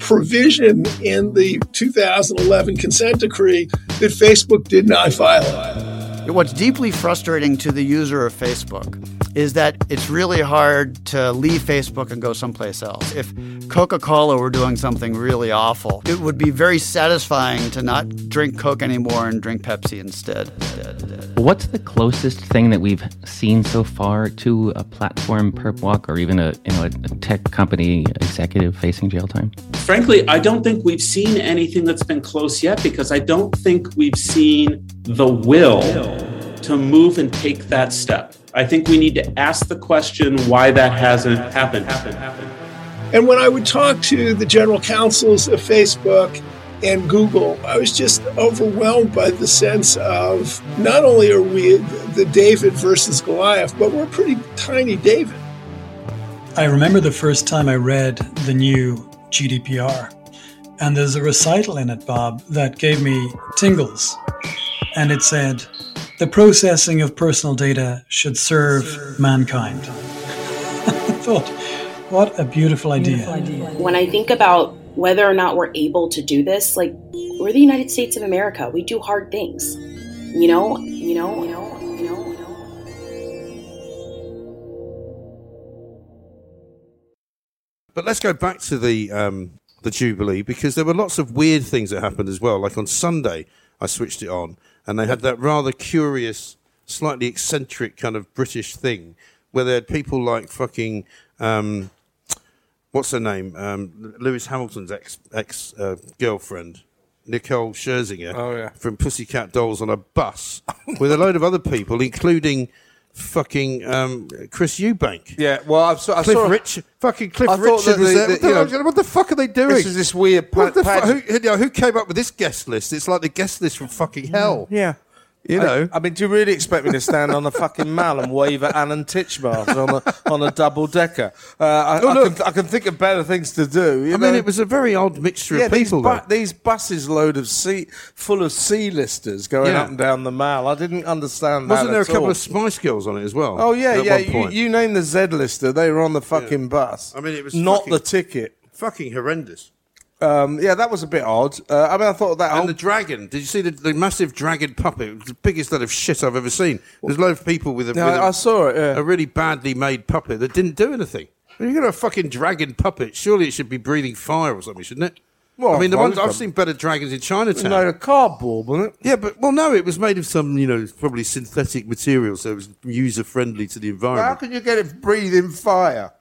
Speaker 13: provision in the 2011 consent decree that Facebook did not violate.
Speaker 14: What's deeply frustrating to the user of Facebook is that it's really hard to leave Facebook and go someplace else. If Coca Cola were doing something really awful, it would be very satisfying to not drink Coke anymore and drink Pepsi instead.
Speaker 3: What's the closest thing that we've seen so far to a platform perp walk or even a, you know, a tech company executive facing jail time?
Speaker 15: Frankly, I don't think we've seen anything that's been close yet because I don't think we've seen the will to move and take that step. I think we need to ask the question why that hasn't happened.
Speaker 13: And when I would talk to the general counsels of Facebook and Google, I was just overwhelmed by the sense of not only are we the David versus Goliath, but we're a pretty tiny David.
Speaker 16: I remember the first time I read the new GDPR, and there's a recital in it, Bob, that gave me tingles. And it said, The processing of personal data should serve mankind. I thought, what a beautiful idea.
Speaker 8: When I think about whether or not we're able to do this, like we're the United States of America. We do hard things. You know, you know, you know, you know, you know.
Speaker 1: But let's go back to the um, the Jubilee because there were lots of weird things that happened as well. Like on Sunday, I switched it on, and they had that rather curious, slightly eccentric kind of British thing where they had people like fucking um, what's her name, um, Lewis Hamilton's ex ex uh, girlfriend. Nicole Scherzinger
Speaker 2: Oh, yeah.
Speaker 1: from Pussycat Dolls on a bus with a load of other people, including fucking um, Chris Eubank.
Speaker 2: Yeah, well, I've, saw- I
Speaker 1: Cliff
Speaker 2: saw
Speaker 1: Rich, fucking Cliff
Speaker 2: I thought
Speaker 1: Richard
Speaker 2: that
Speaker 1: was
Speaker 2: the-
Speaker 1: there.
Speaker 2: the-
Speaker 1: what, the,
Speaker 2: you know,
Speaker 1: hell- what the fuck are they doing?
Speaker 2: This is this weird pa-
Speaker 1: What the fuck-
Speaker 2: pageant.
Speaker 1: who, you know, who came up with this guest list? It's like the guest list from fucking hell.
Speaker 2: Mm. Yeah.
Speaker 1: You know.
Speaker 2: I, I mean, do you really expect me to stand on a fucking mall and wave at Alan Titchmarsh on a on a double decker? Uh, I,
Speaker 1: Oh,
Speaker 2: I,
Speaker 1: look.
Speaker 2: can, I can think of better things to do. you
Speaker 1: I mean,
Speaker 2: know?
Speaker 1: it was a very odd mixture
Speaker 2: yeah,
Speaker 1: of people.
Speaker 2: These, bu-
Speaker 1: though.
Speaker 2: these buses load of C full of C listers going
Speaker 1: Yeah.
Speaker 2: up and down the mall. I didn't understand that.
Speaker 1: Wasn't there a
Speaker 2: at
Speaker 1: couple
Speaker 2: all.
Speaker 1: of Spice Girls on it as well?
Speaker 2: Oh yeah,
Speaker 1: at
Speaker 2: yeah.
Speaker 1: one
Speaker 2: You,
Speaker 1: point?
Speaker 2: you name the Z lister, they were on the fucking bus.
Speaker 1: I mean, it was
Speaker 2: not
Speaker 1: fucking-
Speaker 2: the ticket.
Speaker 1: fucking horrendous.
Speaker 2: Um, yeah, that was a bit odd. Uh, I mean, I thought that.
Speaker 1: And the dragon. Did you see the, the massive dragon puppet? It was the biggest load of shit I've ever seen. There's a load of people with a,
Speaker 2: No,
Speaker 1: with a-
Speaker 2: I saw it, yeah.
Speaker 1: a really badly made puppet that didn't do anything. When you got a fucking dragon puppet, surely it should be breathing fire or something, shouldn't it?
Speaker 2: Well,
Speaker 1: I mean, the
Speaker 2: one
Speaker 1: ones
Speaker 2: of
Speaker 1: I've
Speaker 2: them.
Speaker 1: seen better dragons in Chinatown.
Speaker 2: No, the cardboard, wasn't it?
Speaker 1: Yeah, but well, no, it was made of some, you know, probably synthetic material, so it was user friendly to the
Speaker 2: How
Speaker 1: environment.
Speaker 2: can you get it breathing fire?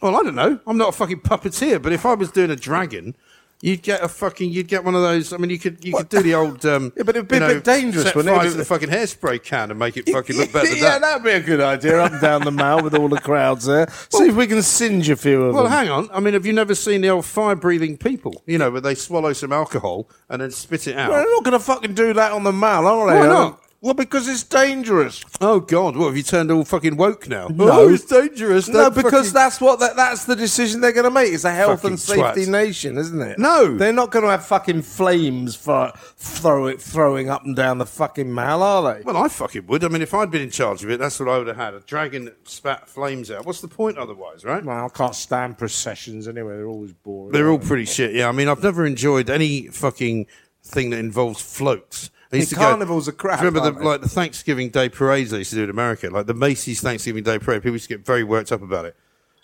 Speaker 1: Well, I don't know. I'm not a fucking puppeteer, but if I was doing a dragon, you'd get a fucking, you'd get one of those. I mean, you could, you could do the old. Um, yeah,
Speaker 2: but it'd be
Speaker 1: you
Speaker 2: a bit
Speaker 1: know,
Speaker 2: dangerous,
Speaker 1: set
Speaker 2: wouldn't it?
Speaker 1: fire
Speaker 2: If
Speaker 1: to
Speaker 2: it-
Speaker 1: the fucking hairspray can and make it fucking look better. than
Speaker 2: yeah,
Speaker 1: that.
Speaker 2: would be a good idea. Up and down the mall with all the crowds there. See if we can singe a few of
Speaker 1: Well,
Speaker 2: them.
Speaker 1: hang on. I mean, have you never seen the old fire-breathing people? You know, where they swallow some alcohol and then spit it out.
Speaker 2: Well, they're not going to fucking do that on the mall, are they? Um,
Speaker 1: Why not?
Speaker 2: Well, because it's dangerous.
Speaker 1: Oh God! What have you turned all fucking woke now?
Speaker 2: No.
Speaker 1: oh, it's dangerous.
Speaker 2: No,
Speaker 1: Don't
Speaker 2: because
Speaker 1: fucking-
Speaker 2: that's what that, that's the decision they're going to make. It's a health and
Speaker 1: Fucking
Speaker 2: safety
Speaker 1: twat.
Speaker 2: nation, isn't it?
Speaker 1: No.
Speaker 2: they're not going to have fucking flames for throw it throwing up and down the fucking mall, are they?
Speaker 1: Well, I fucking would. I mean, if I'd been in charge of it, that's what I would have had. A dragon that spat flames out. What's the point otherwise, right?
Speaker 2: Well, I can't stand processions anyway. They're always boring.
Speaker 1: They're all pretty shit. Yeah, I mean, I've never enjoyed any fucking thing that involves floats. I
Speaker 2: Hey,
Speaker 1: used to go-
Speaker 2: carnivals are crap,
Speaker 1: Remember the
Speaker 2: aren't they?
Speaker 1: like the Thanksgiving Day parades they used to do in America, like the Macy's Thanksgiving Day parade. People used to get very worked up about it,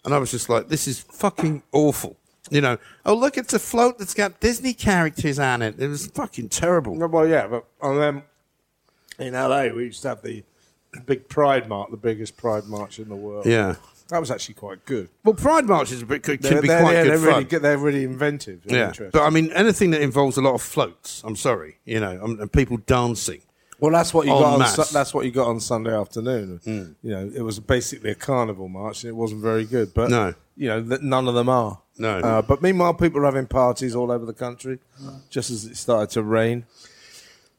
Speaker 1: and I was just like, "This is fucking awful." You know, oh look, it's a float that's got Disney characters on it. It was fucking terrible.
Speaker 2: Well, yeah, but and then in LA we used to have the big Pride March, the biggest Pride March in the world.
Speaker 1: Yeah.
Speaker 2: that was actually quite good.
Speaker 1: Well, Pride March is a bit, could,
Speaker 2: They're-
Speaker 1: can be
Speaker 2: they're-
Speaker 1: quite
Speaker 2: yeah,
Speaker 1: good
Speaker 2: they're
Speaker 1: fun.
Speaker 2: Really good, they're really inventive. and
Speaker 1: yeah,
Speaker 2: interesting.
Speaker 1: but I mean, anything that involves a lot of floats. I'm sorry, you know, um, and people dancing.
Speaker 2: Well, that's what you
Speaker 1: En
Speaker 2: got. On,
Speaker 1: masse.
Speaker 2: Su- that's what you got on Sunday afternoon. You know, it was basically a carnival march, and it wasn't very good. But
Speaker 1: No.
Speaker 2: you know, th- none of them are.
Speaker 1: No.
Speaker 2: Uh, but meanwhile, people are having parties all over the country, just as it started to rain.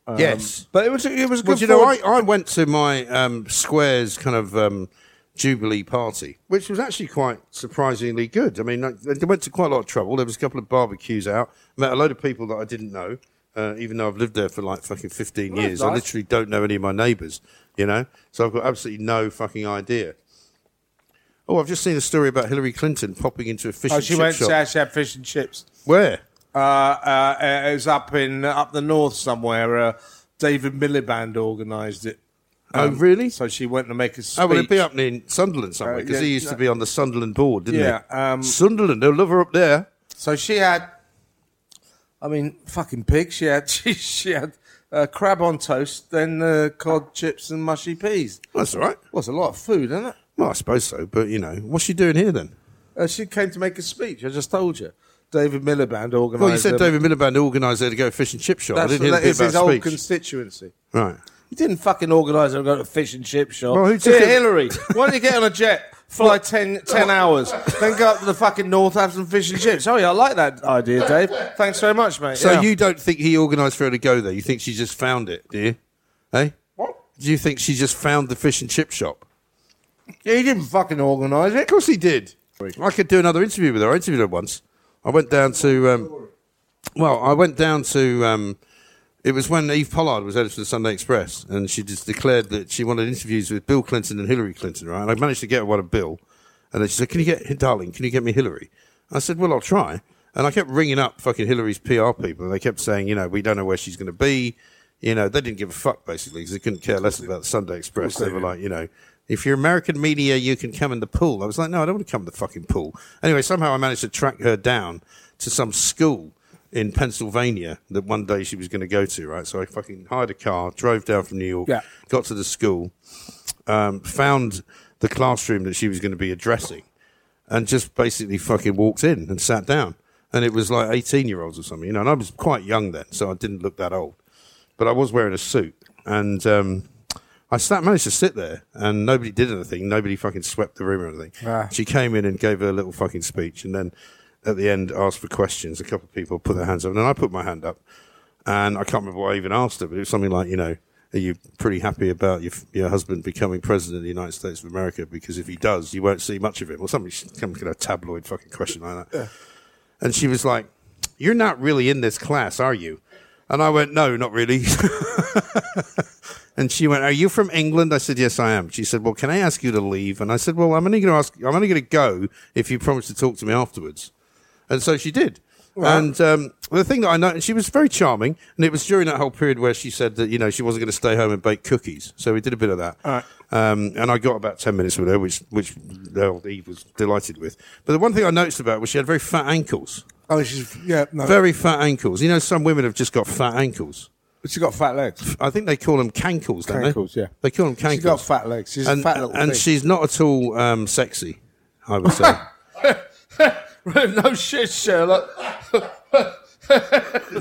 Speaker 2: Um,
Speaker 1: Yes.
Speaker 2: but it was it was
Speaker 1: Well,
Speaker 2: good.
Speaker 1: do you know, I,
Speaker 2: forward-
Speaker 1: I went to my um, Squares kind of um, Jubilee party, which was actually quite surprisingly good. I mean, I, they went to quite a lot of trouble. There was a couple of barbecues out, met a load of people that I didn't know, uh, even though I've lived there for like fucking 15
Speaker 2: Well,
Speaker 1: years.
Speaker 2: that's
Speaker 1: I
Speaker 2: nice.
Speaker 1: literally don't know any of my neighbours, you know? So I've got absolutely no fucking idea. Oh, I've just seen a story about Hillary Clinton popping into a fish
Speaker 2: oh,
Speaker 1: and
Speaker 2: she
Speaker 1: chip
Speaker 2: went.
Speaker 1: shop.
Speaker 2: She actually had fish and chips.
Speaker 1: Where?
Speaker 2: Uh, uh, it was up in up the north somewhere. Uh, David Miliband organised it.
Speaker 1: Oh,
Speaker 2: Um,
Speaker 1: really?
Speaker 2: So she went to make a speech. Uh,
Speaker 1: Oh, well, it'd be up in Sunderland somewhere because
Speaker 2: yeah,
Speaker 1: he used
Speaker 2: no.
Speaker 1: to be on the Sunderland board, didn't
Speaker 2: Yeah,
Speaker 1: he? Um, Sunderland, they'll love her up there.
Speaker 2: So she had, I mean, fucking pig. She had she, she had uh, crab on toast, then uh, cod chips and mushy peas.
Speaker 1: That's all right.
Speaker 2: Well, it's a lot of food, isn't it?
Speaker 1: Well, I suppose so, but you know, what's she doing here then?
Speaker 2: Uh, she came to make a speech. I just told you. David Miliband organised.
Speaker 1: Well, you said
Speaker 2: um,
Speaker 1: David Miliband organised her to go fish and chip shop. I
Speaker 2: That's
Speaker 1: didn't hear the
Speaker 2: that
Speaker 1: bit
Speaker 2: is
Speaker 1: about
Speaker 2: his old
Speaker 1: speech.
Speaker 2: constituency.
Speaker 1: right.
Speaker 2: He didn't fucking organise and go to fish and chip shop.
Speaker 1: Well, who took
Speaker 2: Here,
Speaker 1: it?
Speaker 2: Hillary? Why don't you get on a jet, fly 10, 10 hours, then go up to the fucking north, have some fish and chips? Oh yeah, I like that idea, Dave. Thanks very much, mate.
Speaker 1: So
Speaker 2: Yeah.
Speaker 1: you don't think he organised for her to go there? You think she just found it, do you? Hey? What? Do you think she just found the fish and chip shop?
Speaker 2: he didn't fucking organise it.
Speaker 1: Of course he did. I could do another interview with her. I interviewed her once. I went down to, um, well, I went down to, um, it was when Eve Pollard was editor of the Sunday Express, and she just declared that she wanted interviews with Bill Clinton and Hillary Clinton, right? And I managed to get her one of Bill, and then she said, "Can you get, darling, can you get me Hillary?" I said, "Well, I'll try." And I kept ringing up fucking Hillary's PR people, and they kept saying, "You know, we don't know where she's going to be." You know, they didn't give a fuck basically because they couldn't care less about the Sunday Express. They were like, you know, if you're American media, you can come in the pool. I was like, no, I don't want to come in the fucking pool. Anyway, somehow I managed to track her down to some school in Pennsylvania that one day she was going to go to, right? So I fucking hired a car, drove down from New York,
Speaker 2: Yeah.
Speaker 1: got to the school, um, found the classroom that she was going to be addressing, and just basically fucking walked in and sat down. And it was like 18 year olds or something, you know, and I was quite young then, so I didn't look that old. But I was wearing a suit, and um, I sat, managed to sit there, and nobody did anything. Nobody fucking swept the room or anything.
Speaker 2: Ah.
Speaker 1: She came in and gave her little fucking speech, and then at the end asked for questions. A couple of people put their hands up, and then I put my hand up, and I can't remember what I even asked her, but it was something like, you know, are you pretty happy about your your husband becoming president of the United States of America? Because if he does, you won't see much of him, or something. Some kind of tabloid fucking question like that. And she was like, "You're not really in this class, are you?" And I went, "No, not really." And she went, "Are you from England?" I said, "Yes, I am." She said, "Well, can I ask you to leave?" And I said, "Well, I'm only going to ask. I'm only going to go if you promise to talk to me afterwards." And so she did.
Speaker 2: Right.
Speaker 1: And um, the thing that I know, and she was very charming, and it was during that whole period where she said that you know she wasn't going to stay home and bake cookies. So we did a bit of that. Um, and I got about ten minutes with her, which which old Eve was delighted with. But the one thing I noticed about was she had very fat ankles,
Speaker 2: Oh, she's yeah, no.
Speaker 1: very fat ankles. You know, some women have just got fat ankles.
Speaker 2: But she's got fat legs.
Speaker 1: I think they call them cankles, don't
Speaker 2: Cankles,
Speaker 1: they?
Speaker 2: yeah.
Speaker 1: They call them cankles.
Speaker 2: She's got fat legs. She's
Speaker 1: and
Speaker 2: a fat little
Speaker 1: and
Speaker 2: thing.
Speaker 1: she's not at all um, sexy, I would say.
Speaker 2: no shit, Sherlock.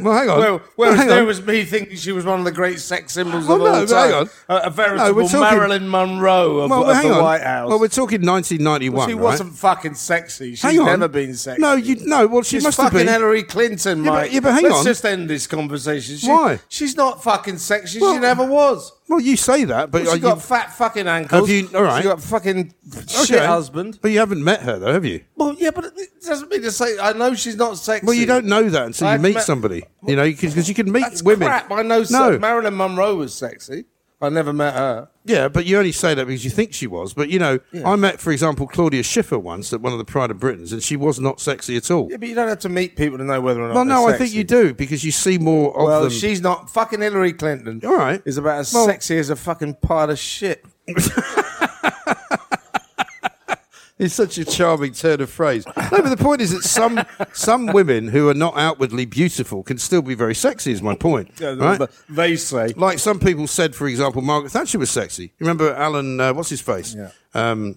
Speaker 1: well, hang on.
Speaker 2: Well, whereas
Speaker 1: Hang on.
Speaker 2: there was me thinking she was one of the great sex symbols
Speaker 1: Well,
Speaker 2: of all
Speaker 1: no,
Speaker 2: time.
Speaker 1: hang on.
Speaker 2: A, a
Speaker 1: No,
Speaker 2: veritable
Speaker 1: we're talking-
Speaker 2: Marilyn Monroe of,
Speaker 1: well,
Speaker 2: of
Speaker 1: hang
Speaker 2: the
Speaker 1: on.
Speaker 2: White House.
Speaker 1: Well, we're talking 1991.
Speaker 2: Well, she
Speaker 1: right?
Speaker 2: wasn't fucking sexy. She's
Speaker 1: Hang on.
Speaker 2: never been sexy.
Speaker 1: No, you no. Well, she
Speaker 2: she's
Speaker 1: must have
Speaker 2: fucking
Speaker 1: been.
Speaker 2: Hillary Clinton,
Speaker 1: Yeah, but-
Speaker 2: Mike.
Speaker 1: yeah, but hang
Speaker 2: Let's
Speaker 1: on.
Speaker 2: just end this conversation. She-
Speaker 1: Why?
Speaker 2: She's not fucking sexy.
Speaker 1: Well-
Speaker 2: she never was.
Speaker 1: Well, you say that, but
Speaker 2: Well,
Speaker 1: are
Speaker 2: she's got
Speaker 1: you,
Speaker 2: fat fucking ankles.
Speaker 1: Have you- all right.
Speaker 2: She's got fucking shit
Speaker 1: Okay.
Speaker 2: husband.
Speaker 1: But you haven't met her, though, have you?
Speaker 2: Well, yeah, but it doesn't mean to say I know she's not sexy.
Speaker 1: Well, you don't know that until
Speaker 2: I've
Speaker 1: you meet
Speaker 2: met-
Speaker 1: somebody. You know, because you can meet women.
Speaker 2: Crap, I know.
Speaker 1: No,
Speaker 2: No. Marilyn Monroe was sexy. I never met her.
Speaker 1: yeah, but you only say that because you think she was. But you know,
Speaker 2: Yeah.
Speaker 1: I met, for example, Claudia Schiffer once at one of the Pride of Britons, and she was not sexy at all.
Speaker 2: Yeah, but you don't have to meet people to know whether or not.
Speaker 1: well, no,
Speaker 2: they're
Speaker 1: I think
Speaker 2: sexy.
Speaker 1: you do because you see more of
Speaker 2: Well,
Speaker 1: them.
Speaker 2: she's not fucking Hillary Clinton.
Speaker 1: All right.
Speaker 2: is about as
Speaker 1: Well-
Speaker 2: sexy as a fucking pile of shit.
Speaker 1: It's such a charming turn of phrase. No, but the point is that some some women who are not outwardly beautiful can still be very sexy. Is my point, right?
Speaker 2: They say,
Speaker 1: like some people said, for example, Margaret Thatcher was sexy. You remember Alan? Uh, what's his face?
Speaker 2: Yeah.
Speaker 1: Um,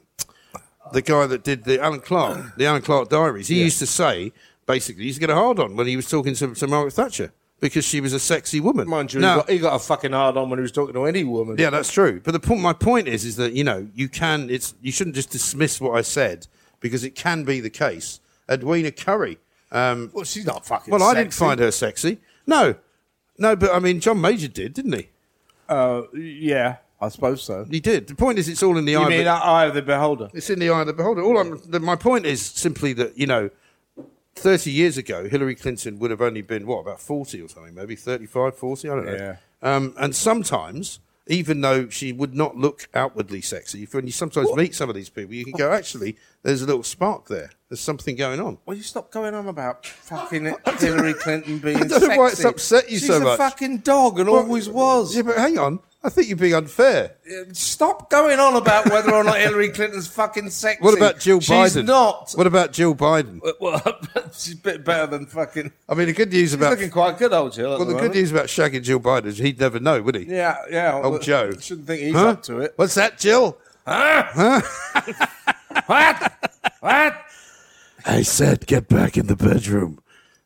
Speaker 1: the guy that did the Alan Clark, the Alan Clark Diaries. He used to say basically he used to get a hard on when he was talking to, to Margaret Thatcher because she was a sexy woman.
Speaker 2: Mind you,
Speaker 1: Now-
Speaker 2: he, got, he got a fucking hard on when he was talking to any woman.
Speaker 1: yeah, that's true. But the point, my point is, is that you know you can. It's you shouldn't just dismiss what I said because it can be the case. Edwina Curry. Um,
Speaker 2: well, she's not fucking.
Speaker 1: Well, I didn't
Speaker 2: sexy.
Speaker 1: find her sexy. No, no, but I mean, John Major did, didn't he?
Speaker 2: Uh, yeah, I suppose so.
Speaker 1: He did. The point is, it's all in the
Speaker 2: you
Speaker 1: eye.
Speaker 2: mean
Speaker 1: of it.
Speaker 2: Eye of the Beholder?
Speaker 1: It's in the eye of the beholder. All I'm, the, my point is simply that you know, thirty years ago, Hillary Clinton would have only been what about forty or something, maybe 35, 40, I don't know.
Speaker 2: Yeah.
Speaker 1: Um, and sometimes, even though she would not look outwardly sexy, if- when you sometimes meet some of these people, you can go, actually, there's a little spark there. There's something going on.
Speaker 2: Will you stop going on about fucking Hillary Clinton being
Speaker 1: I don't know
Speaker 2: sexy?
Speaker 1: why it's upset you
Speaker 2: She's
Speaker 1: so much.
Speaker 2: a fucking dog and
Speaker 1: Well,
Speaker 2: always was. Uh,
Speaker 1: Yeah, but hang on. I think you're being unfair.
Speaker 2: Stop going on about whether or not Hillary Clinton's fucking sexy.
Speaker 1: What about Jill Biden?
Speaker 2: She's not.
Speaker 1: What about Jill Biden?
Speaker 2: Well, she's a bit better than fucking.
Speaker 1: I mean, the good news
Speaker 2: She's
Speaker 1: about
Speaker 2: looking quite good, old Jill. at
Speaker 1: well, the good
Speaker 2: moment.
Speaker 1: news about Shaggy Jill Biden is he'd never know, would he?
Speaker 2: Yeah, yeah.
Speaker 1: Old Oh, Joe.
Speaker 2: Shouldn't think he's
Speaker 1: Huh?
Speaker 2: up to it.
Speaker 1: What's that, Jill? Huh?
Speaker 2: what? What?
Speaker 1: I said, get back in the bedroom.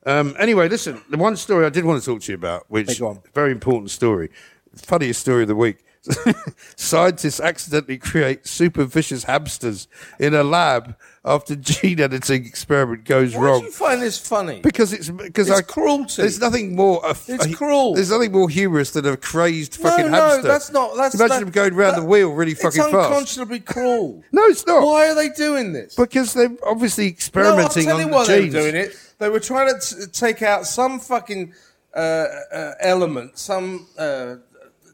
Speaker 1: Um, anyway, listen, the one story I did want to talk to you about, which
Speaker 2: Hey, go on.
Speaker 1: very important story, funniest story of the week. Scientists accidentally create super vicious hamsters in a lab after gene editing experiment goes
Speaker 2: Why
Speaker 1: wrong.
Speaker 2: do you find this funny?
Speaker 1: Because it's because
Speaker 2: It's
Speaker 1: I
Speaker 2: cruelty.
Speaker 1: There's nothing more. Uh,
Speaker 2: It's cruel.
Speaker 1: There's nothing more humorous than a crazed fucking
Speaker 2: no,
Speaker 1: hamster.
Speaker 2: no, that's not. That's
Speaker 1: imagine
Speaker 2: that-
Speaker 1: him going round
Speaker 2: that-
Speaker 1: the wheel really fucking
Speaker 2: It's
Speaker 1: fast.
Speaker 2: unconscionably cruel.
Speaker 1: No, it's not.
Speaker 2: Why are they doing this?
Speaker 1: Because they're obviously experimenting
Speaker 2: no, I'll tell
Speaker 1: on
Speaker 2: you
Speaker 1: the
Speaker 2: why they were
Speaker 1: genes.
Speaker 2: doing it. They were trying to t- take out some fucking uh, uh, element, some uh,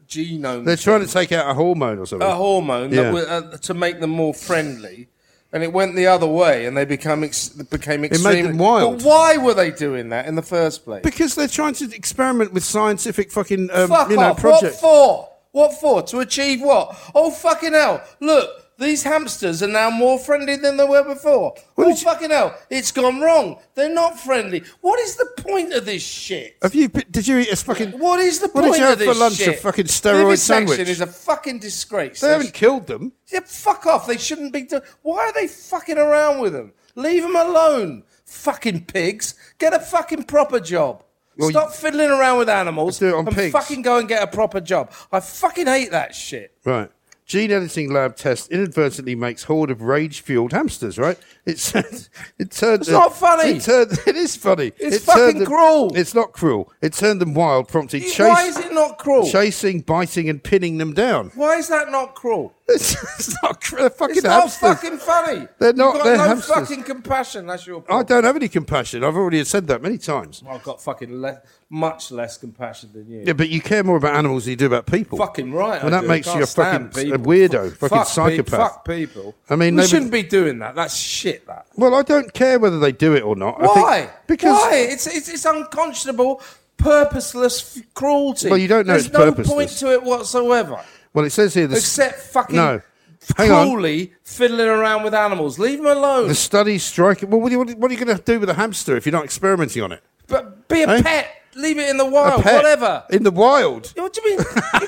Speaker 2: genome.
Speaker 1: They're trying to take out a hormone or something.
Speaker 2: a hormone
Speaker 1: Yeah.
Speaker 2: that were, uh, to make them more friendly, and it went the other way, and they become ex- became
Speaker 1: made them
Speaker 2: extremely
Speaker 1: wild.
Speaker 2: But why were they doing that in the first place?
Speaker 1: Because they're trying to experiment with scientific fucking um,
Speaker 2: Fuck
Speaker 1: you know
Speaker 2: off.
Speaker 1: projects.
Speaker 2: What for? What for? To achieve what? Oh fucking hell! Look, these hamsters are now more friendly than they were before. oh fucking hell! It's gone wrong. They're not friendly. What is the point of this shit?
Speaker 1: Have you? Did you eat a fucking?
Speaker 2: What is the
Speaker 1: What
Speaker 2: point
Speaker 1: did you
Speaker 2: of
Speaker 1: have
Speaker 2: this
Speaker 1: for lunch?
Speaker 2: shit?
Speaker 1: A fucking steroid
Speaker 2: Vivisection
Speaker 1: sandwich.
Speaker 2: is a fucking disgrace.
Speaker 1: they haven't killed them.
Speaker 2: Yeah, fuck off. They shouldn't be doing. Why are they fucking around with them? Leave them alone. Fucking pigs. Get a fucking proper job.
Speaker 1: Well,
Speaker 2: Stop fiddling around with animals
Speaker 1: do it on
Speaker 2: and
Speaker 1: pigs.
Speaker 2: fucking go and get a proper job. I fucking hate that shit.
Speaker 1: Right. Gene editing lab test inadvertently makes horde of rage fueled hamsters. Right. It's it turned.
Speaker 2: It's not funny.
Speaker 1: It, turned, it is funny.
Speaker 2: It's
Speaker 1: it turned
Speaker 2: fucking
Speaker 1: them-
Speaker 2: cruel.
Speaker 1: It's not cruel. It turned them wild, prompting chase,
Speaker 2: Why is it not cruel?
Speaker 1: chasing, biting, and pinning them down.
Speaker 2: Why is that not cruel?
Speaker 1: It's, it's not they're fucking
Speaker 2: it's not
Speaker 1: hamsters.
Speaker 2: fucking funny.
Speaker 1: They're
Speaker 2: You've
Speaker 1: not-
Speaker 2: got
Speaker 1: they're
Speaker 2: no
Speaker 1: hamsters.
Speaker 2: fucking compassion. That's your.
Speaker 1: I
Speaker 2: Problem.
Speaker 1: don't have any compassion. I've already said that many times.
Speaker 2: I've got fucking le- much less compassion than you.
Speaker 1: Yeah, but you care more about animals than you do about people.
Speaker 2: Fucking right.
Speaker 1: And
Speaker 2: I
Speaker 1: that
Speaker 2: do.
Speaker 1: makes
Speaker 2: I
Speaker 1: you a
Speaker 2: can't stand
Speaker 1: fucking s- a
Speaker 2: people.
Speaker 1: weirdo,
Speaker 2: Fuck
Speaker 1: fucking
Speaker 2: pe-
Speaker 1: psychopath.
Speaker 2: fuck people.
Speaker 1: I mean,
Speaker 2: we
Speaker 1: nobody-
Speaker 2: shouldn't be doing that. That's shit. That.
Speaker 1: Well, I don't care whether they do it or not. I think-
Speaker 2: Why? because why? It's, it's it's unconscionable, purposeless f- cruelty.
Speaker 1: Well, you don't know
Speaker 2: There's
Speaker 1: it's
Speaker 2: no
Speaker 1: purposeless.
Speaker 2: point to it whatsoever.
Speaker 1: well, it says here. The s-
Speaker 2: Except fucking
Speaker 1: no. Hang on.
Speaker 2: cruelly fiddling around with animals. Leave them alone.
Speaker 1: The studies strike. Well, what are you, what are you going to do with a hamster if you're not experimenting on it?
Speaker 2: But be a
Speaker 1: Eh?
Speaker 2: pet. Leave it in the
Speaker 1: A
Speaker 2: wild.
Speaker 1: pet
Speaker 2: Whatever.
Speaker 1: In the wild.
Speaker 2: Yeah, What do you mean?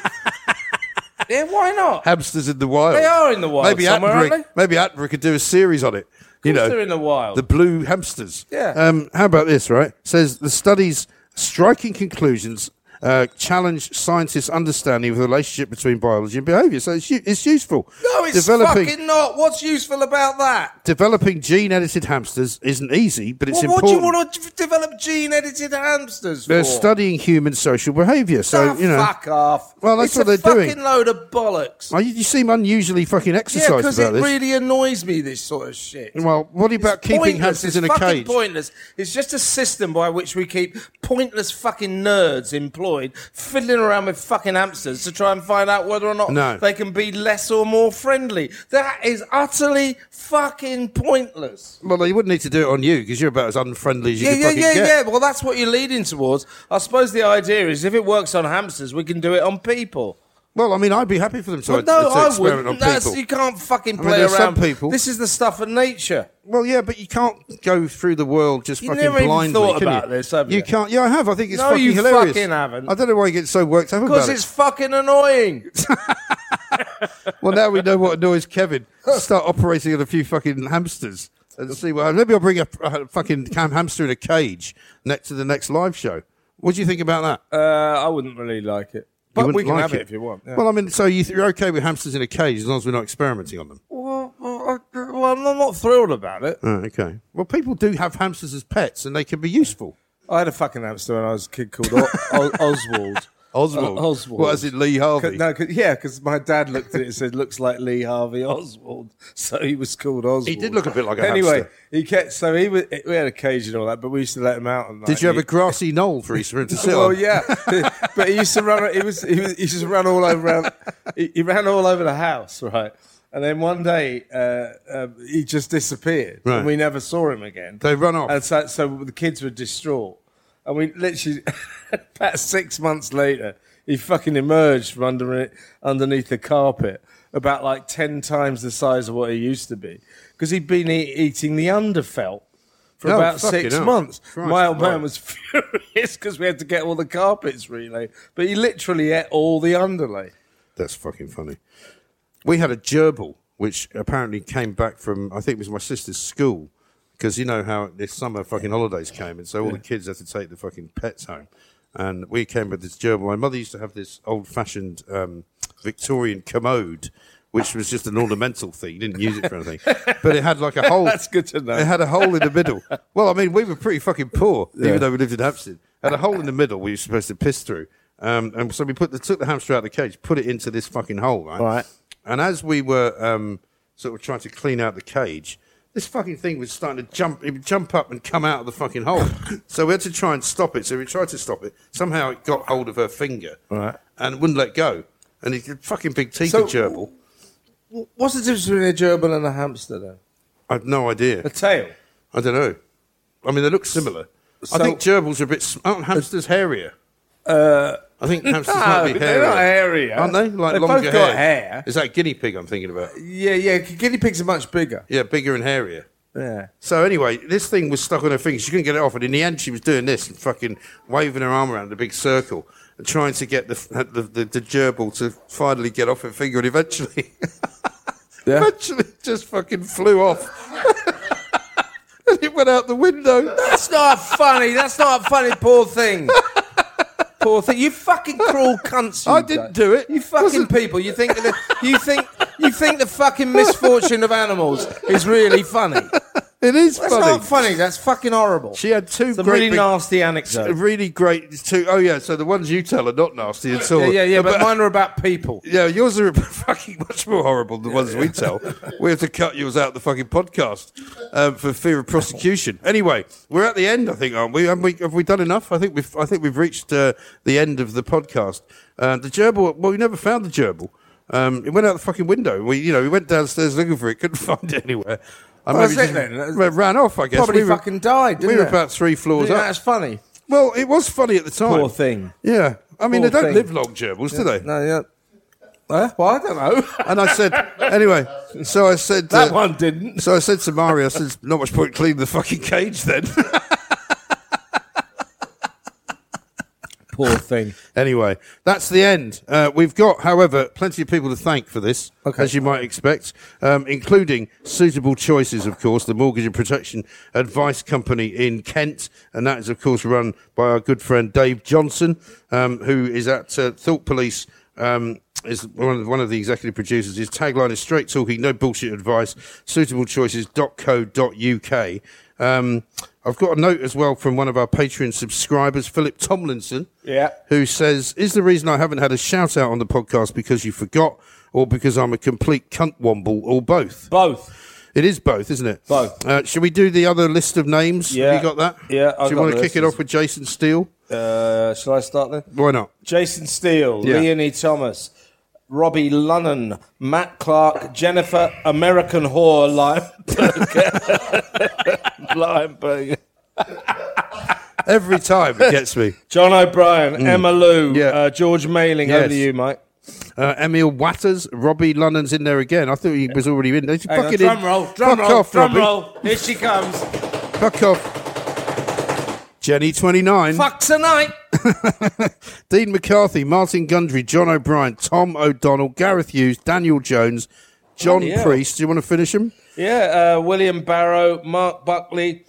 Speaker 2: yeah, why not?
Speaker 1: Hamsters in the wild.
Speaker 2: They are in the wild
Speaker 1: Maybe
Speaker 2: somewhere,
Speaker 1: Attenborough,
Speaker 2: aren't
Speaker 1: maybe Attenborough could do a series on it. You
Speaker 2: course
Speaker 1: know,
Speaker 2: they're in the wild.
Speaker 1: The blue hamsters.
Speaker 2: Yeah.
Speaker 1: Um, how about this? Right, says the studies striking conclusions. Uh, challenge scientists' understanding of the relationship between biology and behaviour. So it's, u- it's useful.
Speaker 2: No, it's
Speaker 1: developing
Speaker 2: fucking not. What's useful about that?
Speaker 1: developing gene-edited hamsters isn't easy, but it's
Speaker 2: Well, what
Speaker 1: important.
Speaker 2: do you want to d- develop gene-edited hamsters for?
Speaker 1: They're studying human social behaviour, so
Speaker 2: Ah,
Speaker 1: you know.
Speaker 2: fuck off.
Speaker 1: Well, that's
Speaker 2: it's
Speaker 1: what
Speaker 2: a
Speaker 1: they're doing.
Speaker 2: Fucking load of bollocks.
Speaker 1: Oh, you, you seem unusually fucking exercised
Speaker 2: yeah,
Speaker 1: about
Speaker 2: because it
Speaker 1: this.
Speaker 2: really annoys me. This sort of shit.
Speaker 1: well, what about
Speaker 2: It's
Speaker 1: keeping
Speaker 2: pointless.
Speaker 1: hamsters
Speaker 2: it's
Speaker 1: in a
Speaker 2: fucking
Speaker 1: cage?
Speaker 2: Pointless. It's just a system by which we keep pointless fucking nerds employed fiddling around with fucking hamsters to try and find out whether or not
Speaker 1: No.
Speaker 2: they can be less or more friendly. That is utterly fucking pointless.
Speaker 1: Well, you wouldn't need to do it on you because you're about as unfriendly as you
Speaker 2: Yeah,
Speaker 1: could
Speaker 2: yeah,
Speaker 1: fucking
Speaker 2: yeah,
Speaker 1: get.
Speaker 2: yeah. Well, that's what you're leading towards. I suppose the idea is if it works on hamsters, we can do it on people.
Speaker 1: Well, I mean, I'd be happy for them to,
Speaker 2: Well, no,
Speaker 1: to
Speaker 2: I
Speaker 1: experiment
Speaker 2: wouldn't.
Speaker 1: on
Speaker 2: That's-
Speaker 1: people.
Speaker 2: you can't
Speaker 1: I
Speaker 2: fucking
Speaker 1: mean,
Speaker 2: play
Speaker 1: there's some
Speaker 2: around.
Speaker 1: people-
Speaker 2: This is the stuff of nature.
Speaker 1: Well, yeah, but you can't go through the world just
Speaker 2: You
Speaker 1: fucking
Speaker 2: never even
Speaker 1: blindly.
Speaker 2: thought
Speaker 1: can
Speaker 2: about
Speaker 1: you?
Speaker 2: this, have
Speaker 1: you?
Speaker 2: you?
Speaker 1: can't. Yeah, I have. I think it's
Speaker 2: No,
Speaker 1: fucking
Speaker 2: you
Speaker 1: hilarious.
Speaker 2: fucking haven't.
Speaker 1: I don't know why you get so worked up
Speaker 2: Because
Speaker 1: about
Speaker 2: it's fucking annoying.
Speaker 1: it. Well, now we know what annoys Kevin. Start operating on a few fucking hamsters and see what. Maybe I'll bring a, a fucking cam hamster in a cage next to the next live show. What do you think about that?
Speaker 2: Uh, I wouldn't really like it.
Speaker 1: You
Speaker 2: But
Speaker 1: wouldn't
Speaker 2: we can
Speaker 1: like
Speaker 2: have it. if you want. yeah.
Speaker 1: Well, I mean, so you th- you're okay with hamsters in a cage as long as we're not experimenting on them.
Speaker 2: well, well, I- well, I'm not thrilled about it.
Speaker 1: Oh, okay. Well, people do have hamsters as pets, and they can be useful.
Speaker 2: I had a fucking hamster when I was a kid called o- o- Oswald.
Speaker 1: Oswald.
Speaker 2: Uh, Oswald.
Speaker 1: What is it, Lee Harvey?
Speaker 2: 'Cause- No, 'cause- yeah, because my dad looked at it and said, "Looks like Lee Harvey Oswald," so he was called Oswald.
Speaker 1: did look a bit like a
Speaker 2: anyway.
Speaker 1: hamster.
Speaker 2: He kept so he was, we had a cage and all that, but we used to let him out. And
Speaker 1: Did you have a grassy knoll for each room to sit
Speaker 2: uh, well,
Speaker 1: on?
Speaker 2: yeah, but he used to run. He was he, was, he just ran all over. Around, he, he ran all over the house, right? And then one day uh, um, he just disappeared,
Speaker 1: Right.
Speaker 2: and we never saw him again.
Speaker 1: They run off.
Speaker 2: and so, so the kids were distraught. And we literally, about six months later, he fucking emerged from under it, underneath the carpet, about like ten times the size of what he used to be, because he'd been e- eating the underfelt for
Speaker 1: Oh,
Speaker 2: about
Speaker 1: fucking
Speaker 2: six
Speaker 1: hell.
Speaker 2: months.
Speaker 1: Christ,
Speaker 2: My old
Speaker 1: right.
Speaker 2: man was furious because we had to get all the carpets relaid, but he literally ate all the underlay.
Speaker 1: That's fucking funny. We had a gerbil, which apparently came back from, I think it was my sister's school, because you know how this summer fucking holidays came, and so all the kids had to take the fucking pets home. And we came with this gerbil. My mother used to have this old fashioned um, Victorian commode. Which was just an ornamental thing. You didn't use it for anything, but it had like a hole.
Speaker 2: That's good to know.
Speaker 1: It had a hole in the middle. Well, I mean, we were pretty fucking poor,
Speaker 2: Yeah.
Speaker 1: even though we lived in Hampstead. Had a hole in the middle we were supposed to piss through. Um, and so we put the, took the hamster out of the cage, put it into this fucking hole, right?
Speaker 2: Right.
Speaker 1: And as we were um, sort of trying to clean out the cage, this fucking thing was starting to jump. It would jump up and come out of the fucking hole. so we had to try and stop it. So we tried to stop it. Somehow it got hold of her finger
Speaker 2: Right.
Speaker 1: and wouldn't let go. And it's a fucking big teeth
Speaker 2: So-
Speaker 1: of gerbil.
Speaker 2: W- What's the difference between a gerbil and a hamster, then?
Speaker 1: I've no idea.
Speaker 2: A tail.
Speaker 1: I don't know. I mean, they look similar.
Speaker 2: So-
Speaker 1: I think gerbils are a bit. Sm- aren't hamsters hairier?
Speaker 2: Uh,
Speaker 1: I think hamsters
Speaker 2: no,
Speaker 1: might be
Speaker 2: they're
Speaker 1: hairier.
Speaker 2: not hairier.
Speaker 1: Aren't they? Like
Speaker 2: They've
Speaker 1: longer
Speaker 2: both got hair.
Speaker 1: Is that guinea pig I'm thinking about?
Speaker 2: yeah, yeah. Guinea pigs are much bigger.
Speaker 1: Yeah, bigger and hairier.
Speaker 2: Yeah.
Speaker 1: So anyway, this thing was stuck on her finger. She couldn't get it off, and in the end, she was doing this and fucking waving her arm around in a big circle and trying to get the the, the, the gerbil to finally get off her finger, and eventually, eventually, it just fucking flew off. and it went out the window.
Speaker 2: That's not funny. That's not funny. Poor thing. Poor thing. You fucking cruel cunts. You
Speaker 1: I didn't do it.
Speaker 2: You fucking people. You think that you think you think the fucking misfortune of animals is really funny.
Speaker 1: It is
Speaker 2: That's
Speaker 1: funny.
Speaker 2: not funny. That's fucking horrible.
Speaker 1: She had two
Speaker 2: It's a
Speaker 1: great
Speaker 2: really
Speaker 1: big-
Speaker 2: nasty anecdote.
Speaker 1: Really great. Two, oh yeah. So the ones you tell are not nasty at all.
Speaker 2: Yeah, yeah, yeah, but mine are about people.
Speaker 1: Yeah, yours are fucking much more horrible than the ones we tell. We have to cut yours out of the fucking podcast um, for fear of prosecution. Anyway, we're at the end, I think, aren't we? Have we, have we done enough? I think we've I think we've reached uh, the end of the podcast. Uh, the gerbil. Well, we never found the gerbil. Um, it went out the fucking window. We, you know, we went downstairs looking for it, couldn't find it anywhere. I
Speaker 2: Well,
Speaker 1: maybe
Speaker 2: that's it
Speaker 1: just
Speaker 2: then.
Speaker 1: ra- ran off. I guess
Speaker 2: Probably
Speaker 1: We were-
Speaker 2: fucking died. Didn't
Speaker 1: we were
Speaker 2: it?
Speaker 1: about three floors
Speaker 2: You know,
Speaker 1: up.
Speaker 2: That's funny.
Speaker 1: Well, it was funny at the time.
Speaker 2: Poor thing.
Speaker 1: Yeah. I mean,
Speaker 2: Poor
Speaker 1: they don't
Speaker 2: thing.
Speaker 1: live long gerbils, do
Speaker 2: Yeah,
Speaker 1: they?
Speaker 2: No, yeah. Eh? well, I don't know.
Speaker 1: And I said, anyway, so I said. uh,
Speaker 2: That one didn't.
Speaker 1: So I said to Mario, I said, "There's not much point cleaning the fucking cage then.
Speaker 2: Poor thing.
Speaker 1: anyway, that's the end. Uh, we've got, however, plenty of people to thank for this, as you might expect, um, including Suitable Choices, of course, the mortgage and protection advice company in Kent. And that is, of course, run by our good friend Dave Johnson, um, who is at uh, Thought Police. Um, is one of, one of the executive producers. His tagline is straight talking, no bullshit advice, suitablechoices.co.uk. Um, I've got a note as well from one of our Patreon subscribers, Philip Tomlinson
Speaker 2: Yeah.
Speaker 1: who says, Is the reason I haven't had a shout out on the podcast because you forgot or because I'm a complete cunt womble or both?
Speaker 2: Both.
Speaker 1: It is both, isn't it? Both. Uh, should we do the other list of names? Have you got that?
Speaker 2: Yeah.
Speaker 1: do you want to kick it off with Jason Steele?
Speaker 2: Uh, shall I start then?
Speaker 1: Why not?
Speaker 2: Jason Steele,
Speaker 1: Yeah.
Speaker 2: Leonie Thomas, Robbie Lunnan, Matt Clark, Jennifer American Whore Limeberger. Limeberger.
Speaker 1: Every time it gets me.
Speaker 2: John O'Brien,
Speaker 1: Mm.
Speaker 2: Emma Lou, uh, George Mailing,
Speaker 1: Yes.
Speaker 2: over to you, Mike.
Speaker 1: Uh, Emil Watters, Robbie London's in there again. I thought he was already in there.
Speaker 2: Hang on,
Speaker 1: Fucking
Speaker 2: drum
Speaker 1: in.
Speaker 2: roll, drum
Speaker 1: Fuck
Speaker 2: roll,
Speaker 1: off,
Speaker 2: drum
Speaker 1: Robbie.
Speaker 2: roll. Here she comes.
Speaker 1: Fuck off. Jenny twenty nine.
Speaker 2: Fuck tonight.
Speaker 1: Dean McCarthy, Martin Gundry, John O'Brien, Tom O'Donnell, Gareth Hughes, Daniel Jones, John
Speaker 2: Bloody hell.
Speaker 1: Priest. Do you want to finish him?
Speaker 2: Yeah, uh, William Barrow, Mark Buckley,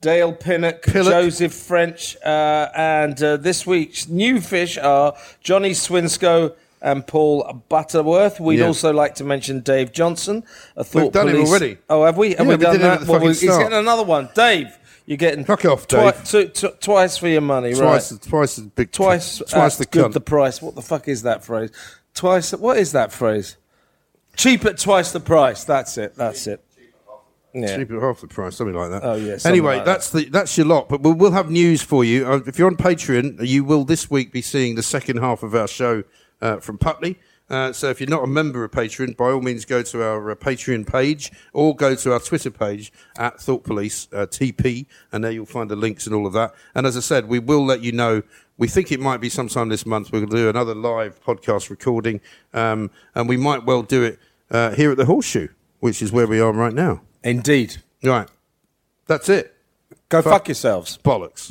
Speaker 2: Dale Pinnock, Joseph French, uh, and uh, this week's new fish are Johnny Swinsco and Paul Butterworth. We'd
Speaker 1: Yeah.
Speaker 2: also like to mention Dave Johnson. A thought
Speaker 1: We've done him
Speaker 2: police-
Speaker 1: already.
Speaker 2: Oh, have we? Have
Speaker 1: Yeah,
Speaker 2: we,
Speaker 1: we
Speaker 2: done
Speaker 1: did it at
Speaker 2: that?
Speaker 1: the
Speaker 2: Well,
Speaker 1: fucking
Speaker 2: he's
Speaker 1: start.
Speaker 2: getting another one. Dave, you're getting
Speaker 1: Fuck off,
Speaker 2: twi-
Speaker 1: Dave.
Speaker 2: two- two- twice for your money,
Speaker 1: Twice,
Speaker 2: right?
Speaker 1: twice the big,
Speaker 2: Twice,
Speaker 1: twice
Speaker 2: at
Speaker 1: the
Speaker 2: good
Speaker 1: cunt.
Speaker 2: the price. What the fuck is that phrase? Twice. What is that phrase? Cheap at twice the price. That's it. That's it. Yeah.
Speaker 1: Cheap at half the price, something like that.
Speaker 2: Oh, yeah, something
Speaker 1: Anyway,
Speaker 2: like
Speaker 1: that's the that's your lot. But we'll, we'll have news for you uh, if you're on Patreon. You will this week be seeing the second half of our show uh, from Putney. Uh, so if you're not a member of Patreon, by all means go to our uh, Patreon page or go to our Twitter page at Thought Police uh, TP, and there you'll find the links and all of that. And as I said, we will let you know. We think it might be sometime this month. We're going to do another live podcast recording, um, and we might well do it uh, here at the Horseshoe, which is where we are right now.
Speaker 2: Indeed.
Speaker 1: Right. That's it.
Speaker 2: Go fuck yourselves.
Speaker 1: Bollocks.